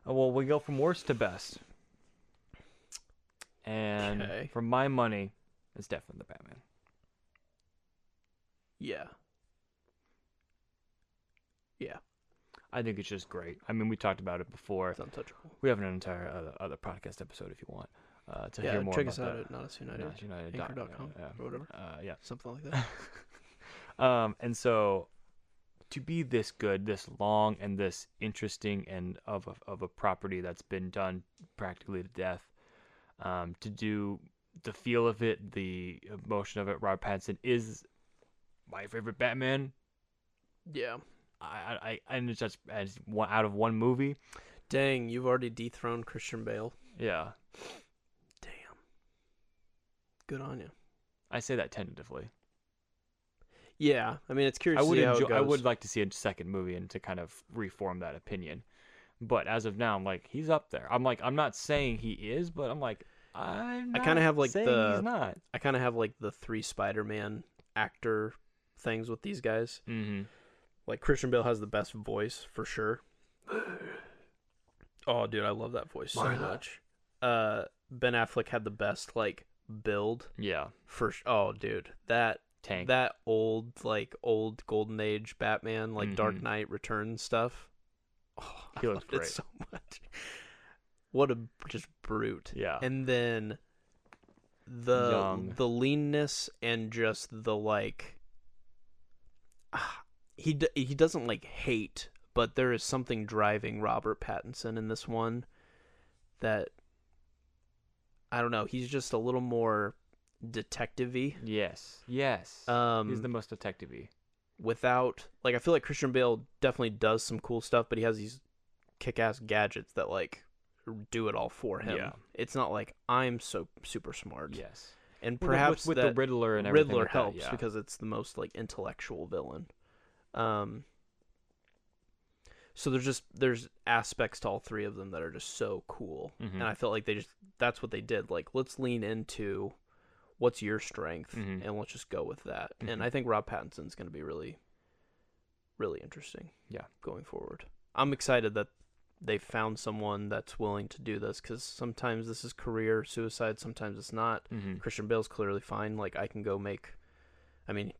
Uh, well, we go from worst to best. And Okay. for my money, it's definitely the Batman. Yeah. Yeah. I think it's just great. I mean, we talked about it before. It's untouchable. We have an entire other, other podcast episode if you want uh, to yeah, hear more check about us out that. at Not Us United. United. United. dot- Anchor.com yeah, or whatever. Uh, yeah. Something like that. Um, and so to be this good, this long, and this interesting, and of a, of a property that's been done practically to death, um, to do the feel of it, the emotion of it, Rob Pattinson is my favorite Batman. yeah. I, I, I and it's just as one out of one movie. Dang, you've already dethroned Christian Bale. Yeah, Damn. Good on you. I say that tentatively. Yeah. I mean, it's curious I to would see how it enjoy, I goes. would like to see a second movie and to kind of reform that opinion. But as of now, I'm like he's up there. I'm like I'm not saying he is, but I'm like I'm. I kinda not have, like, saying the- he's not. I kind of have like the three Spider-Man actor things with these guys. Mm-hmm. Like Christian Bale has the best voice for sure. Oh, dude, I love that voice Marla. so much. Uh, Ben Affleck had the best like build Yeah, for. Sh- oh, dude, that tank. that old like old Golden Age Batman like Dark Mhm. Knight Returns stuff. Oh, He I looks loved great. it so much. What a just brute yeah, and then the Young. the leanness and just the like ah, he d- he doesn't like hate but there is something driving Robert Pattinson in this one that I don't know he's just a little more detective-y yes, yes. um he's the most detective-y. without like I feel like Christian Bale definitely does some cool stuff, but he has these kick-ass gadgets that like do it all for him. Yeah. It's not like I'm so super smart. Yes, and With the- perhaps with, with, that the Riddler and everything. Riddler like that, helps yeah. because it's the most like intellectual villain. Um so there's just there's aspects to all three of them that are just so cool. Mhm. And I felt like they just that's what they did. Like let's lean into what's your strength Mhm. and let's just go with that. Mhm. And I think Rob Pattinson's going to be really really interesting. Yeah. Going forward. I'm excited that they found someone that's willing to do this cuz sometimes this is career suicide, sometimes it's not. Mhm. Christian Bale's clearly fine. Like I can go make, I mean,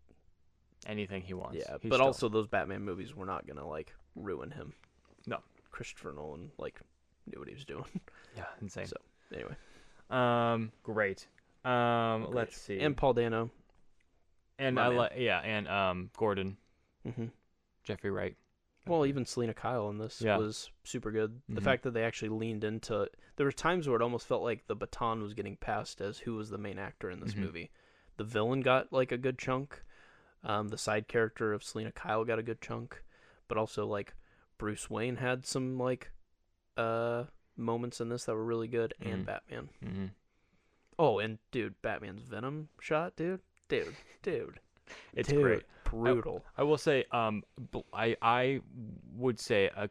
anything he wants. yeah, He's but still- also those Batman movies were not gonna like ruin him. No. Christopher Nolan like knew what he was doing. yeah, insane. So, Anyway, Um, great. Um, Great. let's see. and Paul Dano. and my I man. like yeah, and um, Gordon, hmm Jeffrey Wright. Well, even Selena Kyle in this Yeah. was super good. The Mhm. fact that they actually leaned into there were times where it almost felt like the baton was getting passed as who was the main actor in this Mhm. movie. The villain got like a good chunk. Um, the side character of Selena Kyle got a good chunk, but also like Bruce Wayne had some like uh moments in this that were really good, Mhm. and Batman. Mm-hmm. Oh, and dude, Batman's Venom shot, dude, dude, dude, It's dude, great. brutal. I will say, um, bl- I I would say a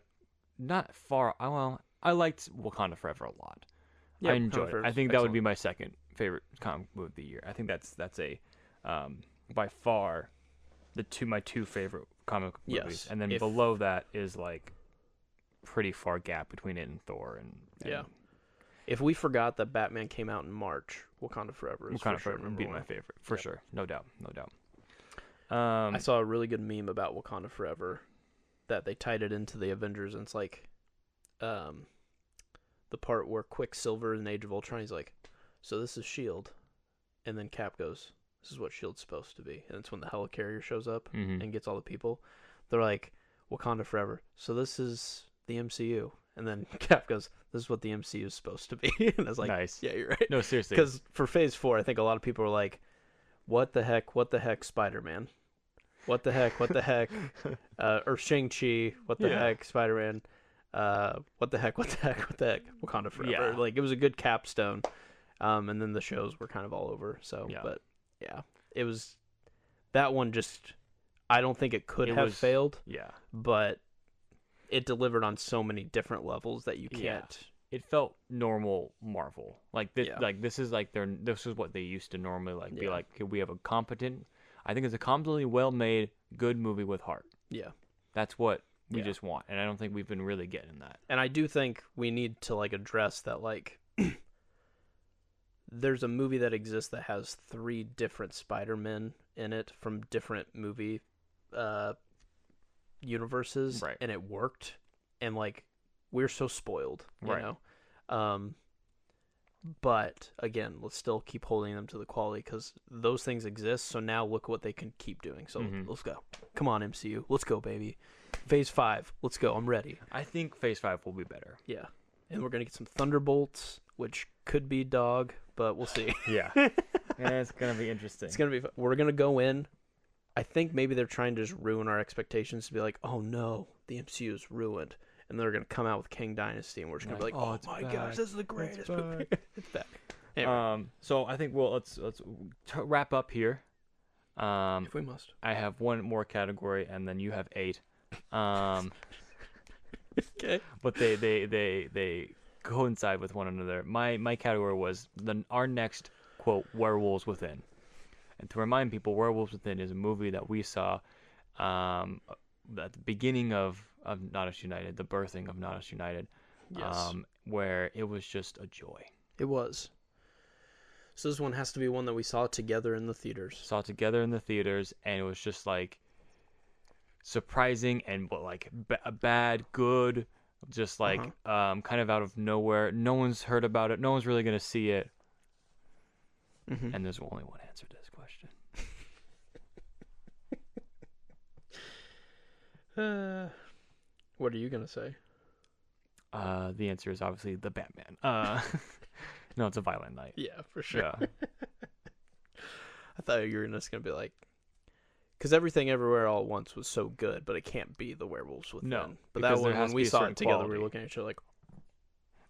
not far. I well, I liked Wakanda Forever a lot. I enjoyed it. I think that would be my second favorite comic book of the year. I think that's that's a um, by far the two my two favorite comic book movies, Yes, and then if- below that is like pretty far gap between it and Thor and, and Yeah. If we forgot that Batman came out in March, Wakanda Forever is Wakanda for sure Forever would number be one. my favorite for sure, no doubt, no doubt. Um, I saw a really good meme about Wakanda Forever that they tied it into the Avengers, and it's like, um, the part where Quicksilver in Age of Ultron, he's like, "So this is Shield," E and then Cap goes, "This E is what Shield's supposed to be," and it's when the helicarrier shows up mhm. and gets all the people. They're like, "Wakanda Forever." So this is the MCU, and then Cap goes, "This is what the MCU is supposed to be," and I was like, nice. "Yeah, you're right." No, seriously, Because for Phase Four, I think a lot of people were like, "What the heck? What the heck, Spider Man? What the heck? What the heck? Uh, or Shang Chi? What the Yeah. heck, Spider Man? Uh, what the heck? What the heck? What the heck? Wakanda Forever? Yeah. Like it was a good capstone. Um, and then the shows were kind of all over. So, Yeah. but yeah, it was that one. Just I don't think it could It have was- failed, yeah. but it delivered on so many different levels that you can't. Yeah. it felt normal Marvel. Like this, Yeah. like this is like their this is what they used to normally like be Yeah. like. "Okay, We have a competent. I think it's a competently well made, good movie with heart. Yeah. That's what we Yeah. just want, and I don't think we've been really getting that. and I do think we need to like address that like there's a movie that exists that has three different Spider-Men in it from different movie uh universes Right. and it worked and like we're so spoiled, you Right. know. Um but again, let's still keep holding them to the quality because those things exist. So now look what they can keep doing. So Mhm. let's go. Come on, MCU. Let's go, baby. Phase five. Let's go. I'm ready. I think Phase Five will be better. Yeah. And we're going to get some Thunderbolts, which could be dog, but we'll see. Yeah, it's gonna be interesting. it's going to be fu- we're going to go in. I think maybe they're trying to just ruin our expectations to be like, "Oh no, the MCU is ruined." And they're going to come out with King Dynasty and we're just going to Like, be like, "Oh, "Oh, it's my back. gosh, this is the greatest movie." it's back. Anyway, Um, so I think we'll let's let's t- wrap up here. Um, if we must. I have one more category, and then you have eight. Um, Okay. but they they they they coincide with one another. My my category was the our next quote werewolves within, and to remind people, werewolves within is a movie that we saw um, at the beginning of of Not Us United, the birthing of Not Us United, um, where it was just a joy. it was. So this one has to be one that we saw together in the theaters. Saw it together in the theaters, and it was just like surprising and but like b- bad, good, just like Uh-huh. um, kind of out of nowhere. No one's heard about it. No one's really gonna see it. Mm-hmm. Mhm. And there's only one answer to this question. Uh, what are you going to say? Uh, the answer is obviously the Batman. Uh, no, it's a violent night. Yeah, for sure. Yeah, I thought you were just gonna be like, because everything everywhere all at once was so good, but it can't be the werewolves within. No, but because that one there has when to we be a saw certain it together, we quality. were looking at each other like,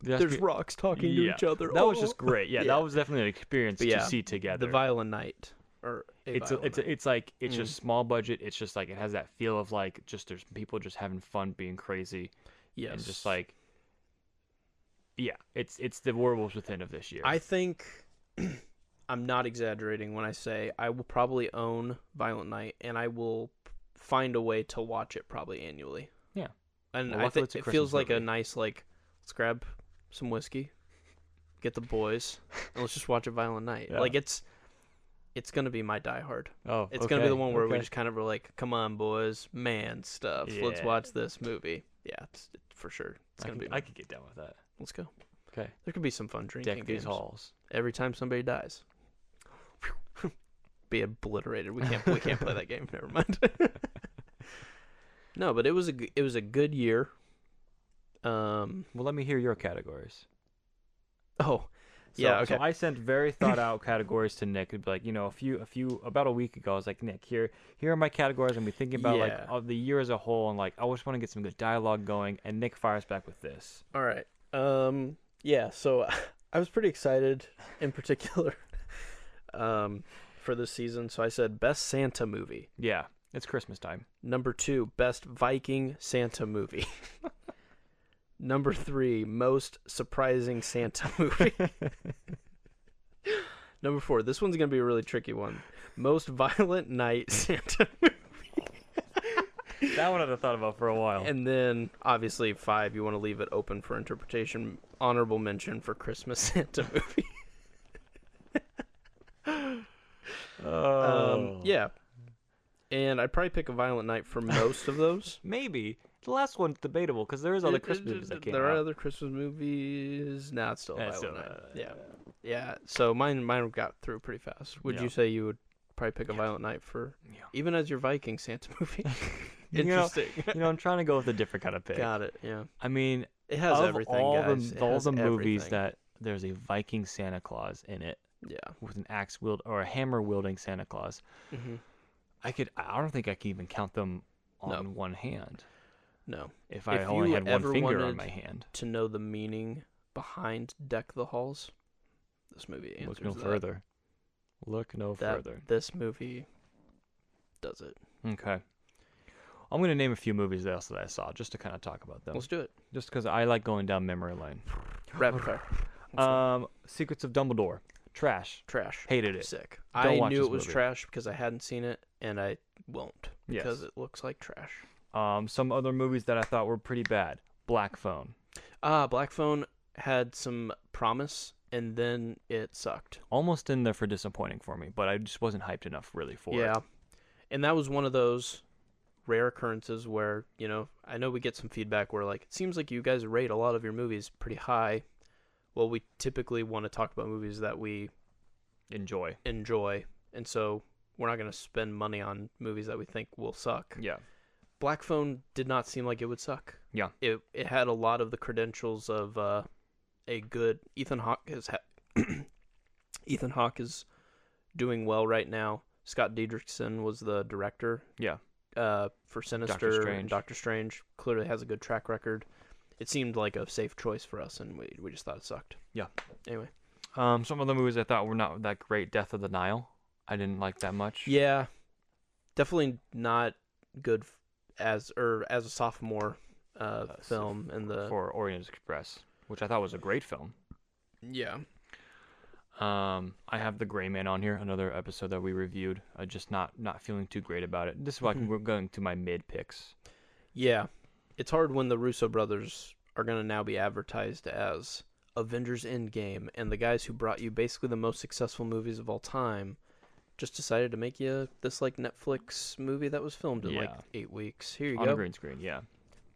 That's There's be- rocks talking yeah. to each other. That was Oh. just great. Yeah, Yeah. that was definitely an experience But to yeah, see together. the Violin Night or a it's a, Violin it's Night. a, it's like it's Mm. just small budget. It's just like it has that feel of like just there's people just having fun, being crazy, yes. and just like yeah, it's it's the werewolves within of this year. I think I'm not exaggerating when I say I will probably own Violent Night and I will find a way to watch it probably annually. Yeah. And Well, I luckily think it's a it feels Christmas like a movie. nice like let's grab some whiskey, get the boys, and let's just watch a Violent Night. Yeah. Like it's it's gonna be my Die Hard. oh, It's gonna be the okay, one where we okay. just kind of were like, "Come on, boys, man stuff. Let's Yeah. watch this movie." Yeah, it's, it's for sure. It's I gonna can, be. I could get down with that. let's go. Okay, There could be some fun drinking deck games these halls. every time somebody dies. Be obliterated. We can't. We can't play that game. Never mind. no, but it was a g- it was a good year. Um. Well, let me hear your categories. Oh, So, Yeah, so okay. I sent very thought out categories to Nick. It'd be like, you know, a few, a few, about a week ago, I was like, Nick, here, here are my categories. I'm be thinking about like Yeah. of the year as a whole, and like, I just want to get some good dialogue going. And Nick fires back with this. all right. Um. Yeah. So I was pretty excited, in particular, um, for this season. So I said best Santa movie. Yeah, it's Christmas time. Number two, best Viking Santa movie. Number three, most surprising Santa movie. Number four, this one's gonna be a really tricky one. Most violent night Santa movie. That one I'd have thought about for a while. And then obviously five, you want to leave it open for interpretation. Honorable mention for Christmas Santa movie. Oh. Um, yeah. And I'd probably pick a violent night for most of those. maybe the last one's debatable because there is other It- it- Christmas movies that came There are out. other Christmas movies. Nah, it's still Yeah, Violent it's Night. still, yeah, uh, yeah. So mine, mine got through pretty fast. Would Yeah. you say you would probably pick a Yeah. Violent Night for yeah. even as your Viking Santa movie? You know- Interesting. You know, I'm trying to go with a different kind of pick. got it. Yeah, I mean, it has of everything. all guys. the It all has the movies everything. that there's a Viking Santa Claus in it Yeah. with an axe wield or a hammer wielding Santa Claus. hmm I could. I don't think I can even count them No. on one hand. No, If I If only you had one ever finger on wanted my hand, to know the meaning behind "Deck the Halls," this movie answers look no that. further. Look no That- further. This movie does it. Okay. I'm gonna name a few movies that else that I saw just to kind of talk about them, Let's do it. just because I like going down memory lane. Rapid fire. Um, Secrets of Dumbledore, trash, Trash. hated it. sick. Don't I watch knew this it was movie. trash because I hadn't seen it, and I won't Yes. because it looks like trash. Um, some other movies that I thought were pretty bad. Black Phone, Ah, Black Phone had some promise, and then it sucked. almost in there for disappointing for me, but I just wasn't hyped enough really for it. yeah, and that was one of those rare occurrences where you know I know we get some feedback where like it seems like you guys rate a lot of your movies pretty high. Well, we typically want to talk about movies that we Enjoy. enjoy, and so we're not going to spend money on movies that we think will suck. Yeah. Black Phone did not seem like it would suck. Yeah. It it had a lot of the credentials of uh, a good Ethan Hawke has ha- Ethan Hawke is doing well right now. Scott Derrickson was the director. Yeah. Uh, for Sinister Strange. and Doctor Strange clearly has a good track record. It seemed like a safe choice for us, and we we just thought it sucked. Yeah. Anyway. Um, some of the movies I thought were not that great. Death of the Nile, I didn't like that much. Yeah. Definitely not good f- as or as a sophomore uh, Uh, so film in the For Orient Express, which I thought was a great film. yeah. Um, I have The Gray Man on here, another episode that we reviewed. Uh, just not not feeling too great about it. This is why Mhm. we're going to my mid picks. Yeah. It's hard when the Russo brothers are going to now be advertised as Avengers Endgame and the guys who brought you basically the most successful movies of all time just decided to make you this like Netflix movie that was filmed in like Yeah. 8 weeks. Here you on go. a green screen, yeah.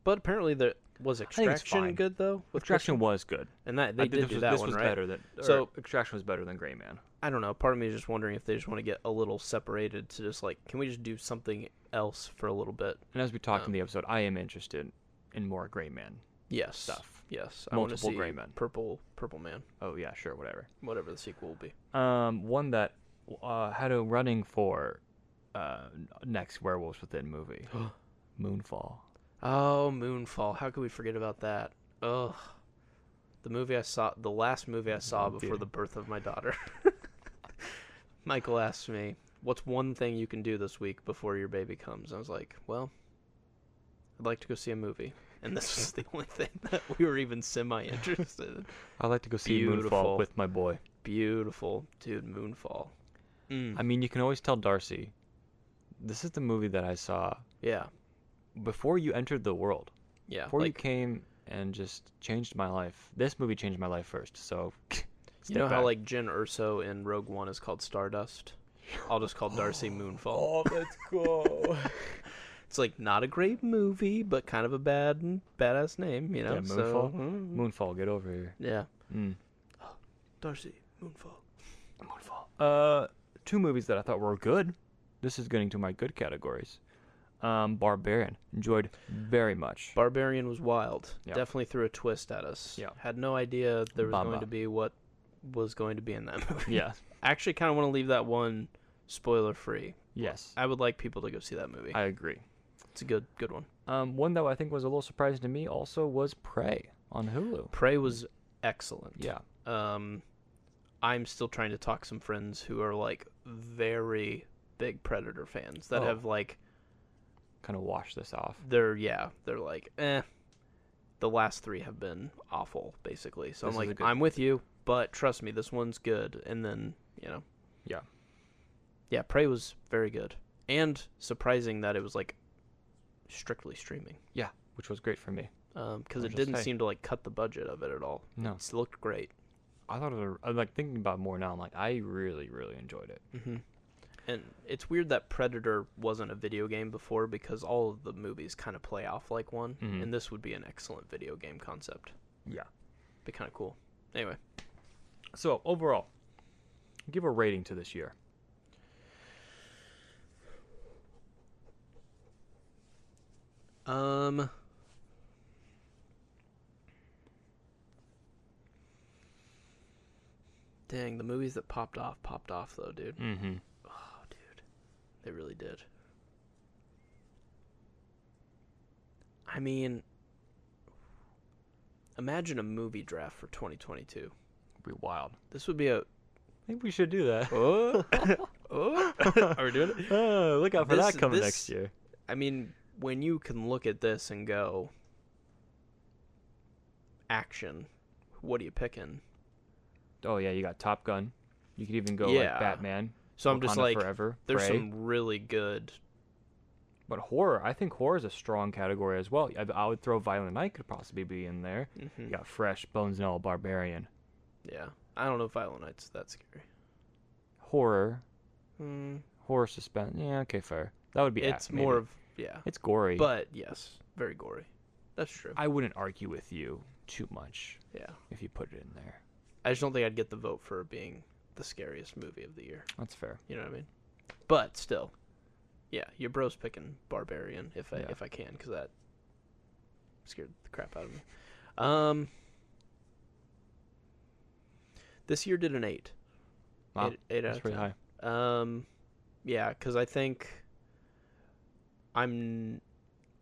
But apparently there was it's fine. Extraction good though with Chris- Extraction was good. and that they I think did this do was, that this one was right. better than so So- Extraction was better than Gray Man. I don't know. Part of me is just wondering if they just want to get a little separated to just like can we just do something else for a little bit? And as we talked in Um, the episode, I am interested in more Gray Man Yes. stuff. Yes. I want to Multiple see Gray Men. Purple Purple Man, Oh yeah, sure, whatever. whatever the sequel will be. Um, one that uh, had a running for uh, next Werewolves Within movie, Moonfall. Oh, Moonfall. How could we forget about that? Ugh. The movie I saw, the last movie I saw Oh, before dear. the birth of my daughter. Michael asked me, "What's one thing you can do this week before your baby comes?" I was like, "Well, I'd like to go see a movie." And this was the only thing that we were even semi interested in. I like to go see Beautiful. Moonfall with my boy. Beautiful, dude, Moonfall. Mm. I mean, you can always tell Darcy. This is the movie that I saw yeah, before you entered the world. yeah. Before you like, came and just changed my life. This movie changed my life first. So, you step know how back. like Jin Urso in Rogue One is called Stardust. I'll just call Darcy Moonfall. oh, let's go. It's like not a great movie, but kind of a bad badass name, you know. Yeah, so- Moonfall. Mm-hmm. Moonfall, get over here. Yeah, Mm. Darcy Moonfall. Moonfall. Uh, two movies that I thought were good. This is getting to my good categories. Um, Barbarian enjoyed very much. Barbarian was wild. Yeah. Definitely threw a twist at us. Yeah. Had no idea there was going Bamba. to be what was going to be in that movie. yeah. I actually kind of want to leave that one spoiler free. Yes. I would like people to go see that movie. I agree. It's a good good one. Um, one that I think was a little surprising to me also was Prey on Hulu. Prey was excellent. Yeah. Um, I'm still trying to talk some friends who are like very big Predator fans that Oh. have like Kind of wash this off. they're yeah they're like eh the last three have been awful basically so This is i'm a like good- i'm with you but trust me this one's good and then you know Yeah. yeah prey was very good and surprising that it was like strictly streaming Yeah. Which was great for me. because Or it just, didn't hey. seem to like cut the budget of it at all No. it looked great I thought it was, a- I'm like thinking about it more now. I'm like, I really, really enjoyed it. mm-hmm. and it's weird that predator wasn't a video game before because all of the movies kind of play off like one Mhm. and this would be an excellent video game concept Yeah. be kind of cool anyway So overall, give a rating to this year. Um. Dang, the movies that popped off popped off though, dude. Mm-hmm. Oh, dude, they really did. I mean, imagine a movie draft for 2022. Be wild. This would be a. Maybe we should do that. Oh, oh. Are we doing it? Oh, look out for This- that coming this- next year. I mean, when you can look at this and go, action, what are you picking? Oh yeah, you got Top Gun. You could even go Yeah. like Batman. So I'm just Wakanda like, Forever. there's Prey. some really good. But horror, I think horror is a strong category as well. I, I would throw Violent Night could possibly be in there. Mhm. You got Fresh, Bones and All, Barbarian, Yeah. I don't know if Violent Night's that scary. horror, Mm, horror suspense. Yeah, okay, fair. That would be. it's act, maybe. more of yeah, It's gory. but yes, very gory. That's true. I wouldn't argue with you too much yeah, if you put it in there. I just don't think I'd get the vote for being the scariest movie of the year. That's fair. You know what I mean? But still, yeah, your bro's picking Barbarian if I Yeah. if I can because that scared the crap out of me. Um, this year did an eight. Wow, Eight- eight out That's of pretty high. ten. Um, yeah, because I think I'm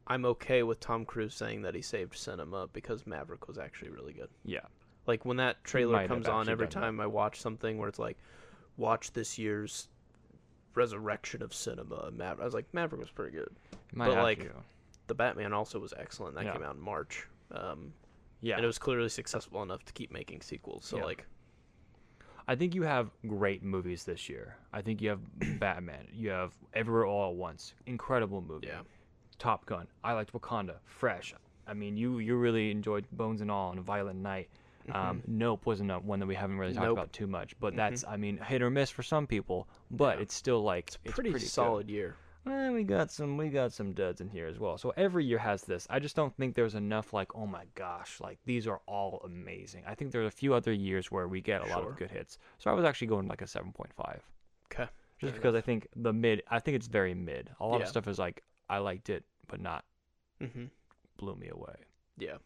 I'm okay with Tom Cruise saying that he saved cinema because Maverick was actually really good. Yeah. Like when that trailer might have comes on actually every done that. time I watch something where it's like, watch this year's resurrection of cinema. and Maver- I was like, Maverick was pretty good. Might But, have like, to. The Batman also was excellent. That Yeah. came out in March. Um, yeah, And it was clearly successful enough to keep making sequels. So Yeah. like, I think you have great movies this year. I think you have Batman. You have Everywhere All at Once. Incredible movie. yeah, Top Gun. I liked Wakanda. Fresh. I mean, you you really enjoyed Bones and All and Violent Night. Um, Nope wasn't a- one that we haven't really Mm-hmm. talked Nope. Mm-hmm. about too much, but that's I mean hit or miss for some people, but it's still like it's pretty, good. solid year. Eh, we got some we got some duds in here as well. So every year has this. I just don't think there's enough like oh my gosh like these are all amazing. I think there's a few other years where we get a lot Sure. of good hits. So I was actually going like a seven point five Okay. just because I think the mid I think it's very mid. A lot Yeah. of stuff is like I liked it but not Mm-hmm. blew me away. Yeah.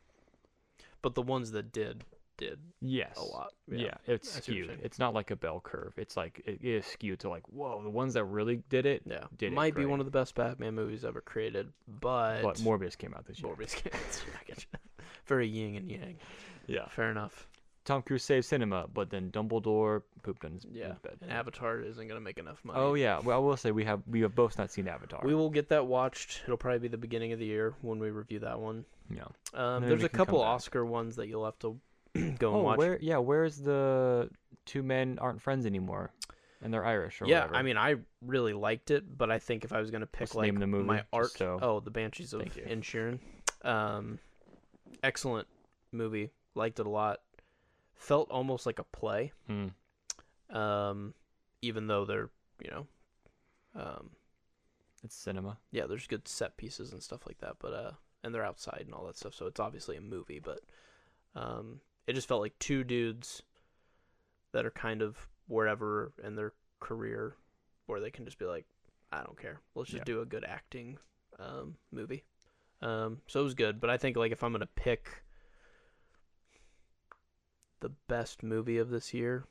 But the ones that did did Yes. a lot. Yeah, it's I see what you're skewed. saying. It's not like a bell curve. It's like it is skewed to like, whoa, the ones that really did it, Yeah. Did it Might be one great. of the best Batman movies ever created, but, but Morbius came out this year. Morbius can't. I get you. Very yin and yang. Yeah. Fair enough. Tom Cruise saved cinema, but then Dumbledore pooped on his, his Yeah. bed. And Avatar isn't gonna make enough money. Oh yeah. Well, I will say we have we have both not seen Avatar. We will get that watched. It'll probably be the beginning of the year when we review that one. yeah. Um, Maybe there's we a can come couple back. Oscar ones that you'll have to go and Oh, watch. where? Yeah, where's the two men aren't friends anymore, and they're Irish or yeah, whatever. I mean, I really liked it, but I think if I was gonna pick What's the like name of the movie, my just art, so- oh, the Banshees of Thank you. Inisherin, um, excellent movie, liked it a lot. Felt almost like a play, Hmm. um, even though they're you know, um, it's cinema. yeah, there's good set pieces and stuff like that, but uh, and they're outside and all that stuff, so it's obviously a movie, but um, it just felt like two dudes that are kind of wherever in their career, where they can just be like, I don't care, let's just Yeah. do a good acting um movie. Um, so it was good, but I think like if I'm gonna pick the best movie of this year,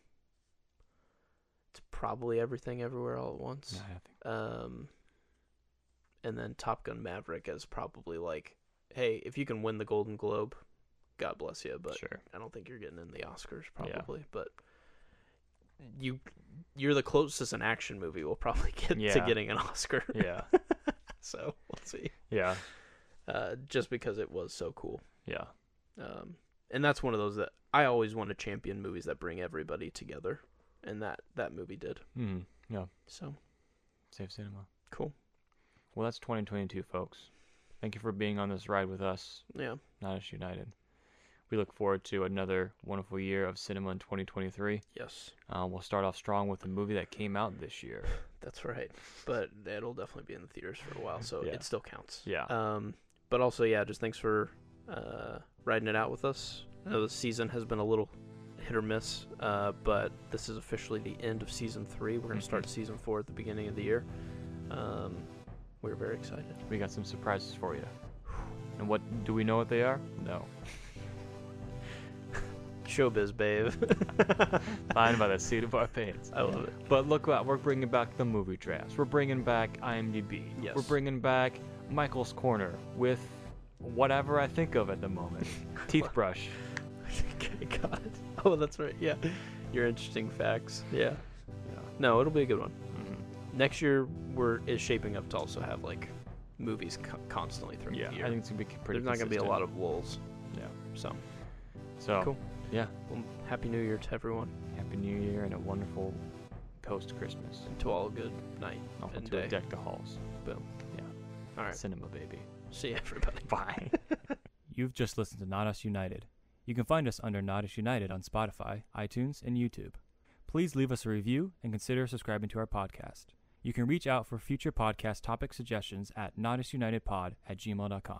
it's probably Everything Everywhere All at Once. Yeah, I think. Um, and then Top Gun Maverick is probably like, hey, if you can win the Golden Globe, God bless you, but sure. I don't think you're getting in the Oscars Yeah. probably, but you you're the closest an action movie will probably get to Yeah. getting an Oscar. Yeah. so we'll see. yeah. Uh, just because it was so cool. Yeah. Um, and that's one of those that I always want to champion movies that bring everybody together, and that that movie did. Hmm. Yeah. So Save cinema. cool. Well, that's 2022, folks. Thank you for being on this ride with us, Yeah. Not Us United. We look forward to another wonderful year of cinema in 2023. Yes. Uh, we'll start off strong with a movie that came out this year. That's right. But it'll definitely be in the theaters for a while, so Yeah. it still counts. Yeah. Um, but also, yeah, just thanks for uh, riding it out with us. I know the season has been a little hit or miss, uh, but this is officially the end of season three. We're going Mhm. to start season four at the beginning of the year. Um, we're very excited. We got some surprises for you. And what do we know what they are? No. Showbiz, babe. Fine by the seat of our pants. I love it. But look what we're bringing back the movie drafts. We're bringing back IMDb. Yes. We're bringing back Michael's Corner with whatever I think of at the moment. Teeth brush. Okay, God. Oh, that's right. Yeah. Your interesting facts. Yeah. No, it'll be a good one. Mm-hmm. next year we're is shaping up to also have like movies co- constantly throughout Yeah. the year. I think it's gonna be c- pretty. There's not going to be a lot of lulls. Yeah. So So Cool. yeah. well, happy New Year to everyone Happy New Year and a wonderful post Christmas. and to all a good night. Off And to day. deck the halls. Boom. Yeah. All right. Cinema baby. See you everybody. Bye. You've just listened to Not Us United. You can find us under Not Us United on Spotify, iTunes, and YouTube. Please leave us a review and consider subscribing to our podcast. You can reach out for future podcast topic suggestions at notusunitedpod at gmail.com.